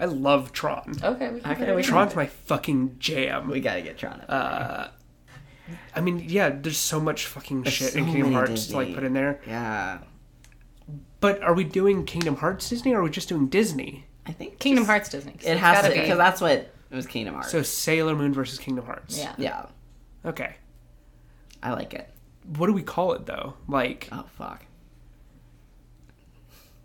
S2: i love tron
S3: Okay. We can
S1: Okay,
S3: put it
S1: we
S3: in.
S1: can-
S2: tron's my fucking jam Uh,
S1: We gotta get Tron up.
S2: i mean yeah there's so much fucking shit in
S1: so
S2: kingdom
S1: many
S2: hearts to
S1: Disney.
S2: like put in there
S1: yeah.
S2: but are we doing kingdom hearts disney or are we just doing disney
S1: I think
S3: Kingdom
S1: just-
S3: Hearts Disney. 'cause
S1: It
S3: it's
S1: has
S3: gotta
S1: to
S3: be.
S1: because that's what it was Kingdom Hearts.
S2: so sailor moon versus kingdom hearts
S3: Yeah.
S1: yeah,
S2: okay
S1: I like it.
S2: what do we call it though like
S1: Oh fuck.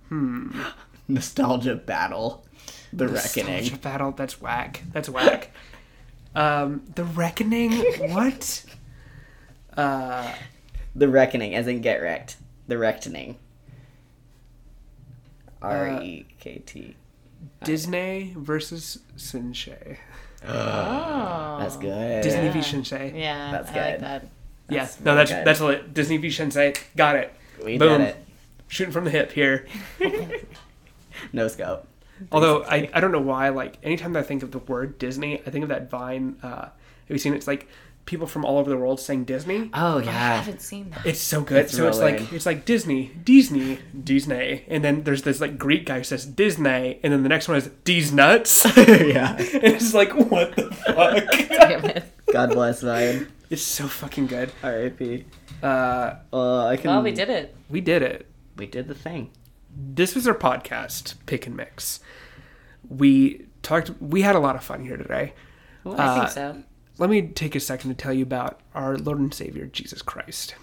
S1: Hmm. (gasps) Nostalgia battle, the reckoning.
S2: Nostalgia battle. That's whack. That's
S1: (laughs)
S2: whack. um, the reckoning. What?
S1: The reckoning, as in get wrecked. The reckoning. R e k t.
S2: Disney versus Shinsei.
S3: Oh.
S1: That's good.
S2: Disney v Shinsei. Yeah.
S3: Yeah.
S1: That's
S3: I like
S1: good.
S3: that.
S2: no, that's
S1: good.
S2: that's lit. Disney v Shinsei. Got it.
S1: We
S2: Boom.
S1: did it.
S2: Shooting from the hip here.
S1: No scope.
S2: Although
S1: (laughs)
S2: I, I don't know why like anytime that I think of the word Disney, I think of that Vine. Uh, have you seen it? it's like people from all over the world saying Disney.
S1: Oh
S3: I
S1: yeah.
S3: haven't seen that.
S2: It's so good.
S1: It's
S2: so it's
S1: real
S2: like
S1: weird.
S2: it's like Disney, Disney, Disney, and then there's this like Greek guy who says Disney, and then the next one is D's nuts.
S1: (laughs) yeah.
S2: (laughs) And it's like, what the fuck?
S3: (laughs) Damn it.
S1: (laughs) God bless Ryan.
S2: it's so fucking good.
S1: R.I.P.
S2: Uh,
S1: Uh, I can.
S3: Well, we did it.
S2: we did it.
S1: We did the thing.
S2: This was our podcast, Pick and Mix. We talked, we had a lot of fun here today.
S3: I
S2: Uh,
S3: think so.
S2: Let me take a second to tell you about our Lord and Savior, Jesus Christ.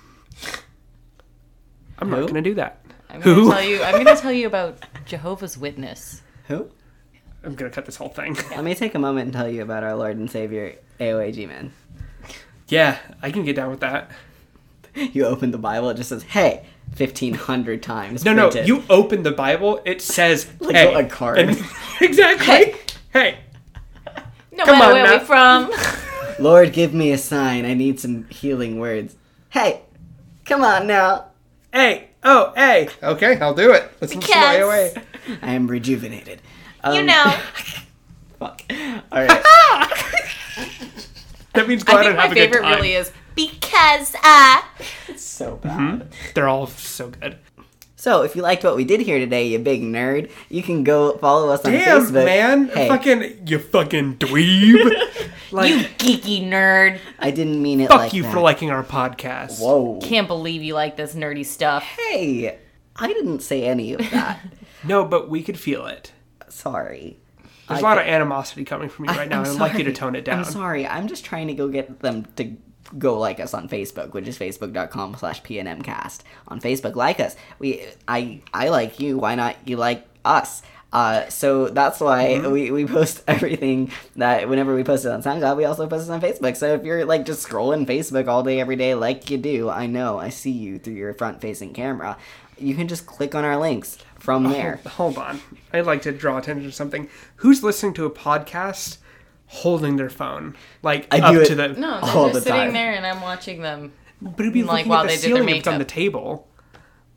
S2: I'm not
S1: Who?
S2: going to do that.
S3: I'm
S2: who?
S3: gonna tell you. I'm gonna tell you about Jehovah's Witness.
S1: Who?
S2: I'm going to cut this whole thing. (laughs)
S1: Let me take a moment and tell you about our Lord and Savior, AOA G-Man.
S2: yeah, I can get down with that.
S1: (laughs) You open the Bible, it just says, hey, 1,500 times.
S2: No, no,
S1: printed.
S2: you open the Bible, it says,
S1: (laughs) Like
S2: hey.
S1: a card.
S2: And- (laughs) exactly. Hey.
S3: No
S2: Come
S3: matter
S2: on
S3: where
S2: now.
S3: we from. (laughs)
S1: Lord, give me a sign. I need some healing words. Hey, come on now.
S2: Hey. Oh, hey. Okay, I'll do it. Let's
S4: Because-
S2: fly away.
S1: I am rejuvenated.
S4: You
S3: (laughs)
S1: Um,
S4: know.
S1: (laughs) Fuck. All
S4: (laughs)
S1: right.
S2: That means go
S3: I
S2: out
S3: think
S2: and
S3: my
S2: have a good
S3: favorite
S2: time.
S3: really is
S4: Because, uh.
S1: so bad.
S2: Mm-hmm. They're all so good.
S1: So if you liked what we did here today, you big nerd, you can go follow us on
S2: Damn,
S1: Facebook.
S2: man.
S1: Hey,
S2: Fucking, you fucking
S1: (laughs)
S2: dweeb. (laughs) like,
S3: You geeky nerd.
S1: I didn't mean it
S2: fuck
S1: like
S2: you
S1: that.
S2: for liking our podcast.
S1: Whoa.
S3: Can't believe you like this nerdy stuff.
S1: Hey, I didn't say any of
S2: (laughs)
S1: that.
S2: No, but we could feel it.
S1: sorry.
S2: There's
S1: I
S2: a lot of animosity coming from you right now.
S1: I'm
S2: and I'd like you to
S1: sorry.
S2: tone it down.
S1: I'm sorry. I'm just trying to go get them to go like us on Facebook, which is facebook.com slash pnmcast. On Facebook, like us. We, I, I like you. Why not you like us? Uh, so that's why
S2: Mm-hmm.
S1: we, we post (laughs) everything that whenever we post it on SoundCloud, we also post it on Facebook. So if you're like just scrolling Facebook all day, every day, like you do, I know, I see you through your front facing camera. You can just click on our links
S2: Oh.
S1: from there.
S2: Hold on. I'd like to draw attention to something. Who's listening to a podcast holding their phone? Like,
S1: I
S2: up
S1: do it-
S2: to the.
S3: No, they're
S1: All
S3: just
S1: the
S3: sitting
S1: time.
S3: there and I'm watching them.
S2: But it'd be
S3: Like,
S2: looking
S3: while
S2: at
S3: they
S2: the
S3: did their
S2: ceiling if it's on the
S3: makeup.
S2: table.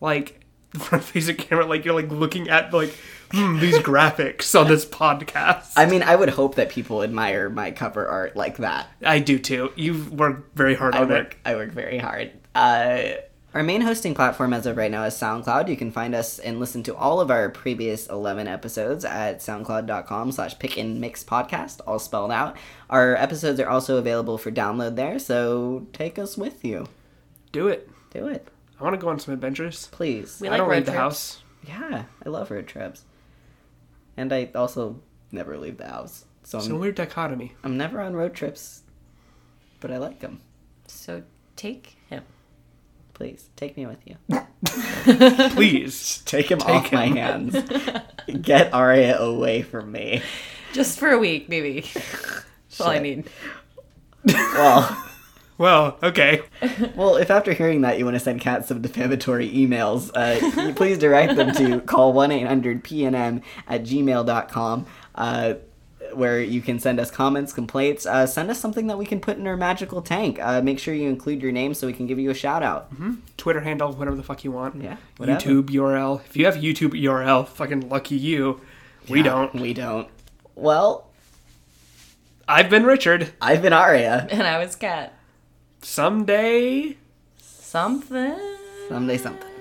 S2: Like, (laughs) the front face of camera, like, you're like looking at, like, hmm,
S3: (laughs)
S2: these graphics on this podcast.
S1: I mean, I would hope that people admire my cover art like that.
S2: I do too. You've worked very hard
S1: I
S2: on it.
S1: work I work very hard. Uh, our main hosting platform as of right now is SoundCloud. You can find us and listen to all of our previous 11 episodes at soundcloud.com slash pick and mix podcast, all spelled out. Our episodes are also available for download there, so take us with you.
S2: Do it.
S1: Do it,
S2: I want to go on some adventures.
S1: please.
S3: We
S2: I
S3: like
S2: don't
S3: road
S2: leave the
S3: trips.
S2: house.
S1: Yeah, I love road trips. And I also never leave the house, so I'm,
S2: It's a weird
S1: (laughs)
S2: dichotomy.
S1: I'm never on road trips, but I like them.
S3: So take him.
S1: Please, take me with you.
S2: Please.
S1: Take him off my hands. Get Arya away from me.
S3: (laughs) Just for a week, (laughs) maybe. That's all I
S1: Shit.
S3: need.
S1: Well,
S2: well, okay.
S1: well, if after hearing that you want to send Kat some defamatory emails, uh, you please direct them to call 1 800 PNM at gmail.com. Uh, where you can send us comments, complaints, uh, send us something that we can put in our magical tank. Uh, make sure you include your name so we can give you a shout out.
S2: Twitter handle, whatever the fuck you want.
S1: Yeah, whatever.
S2: YouTube URL. If you have a YouTube URL, fucking lucky you. We don't.
S1: We don't. Well,
S2: I've been Richard.
S1: I've been Arya.
S3: And I was cat.
S2: Someday.
S3: Something.
S1: Someday something.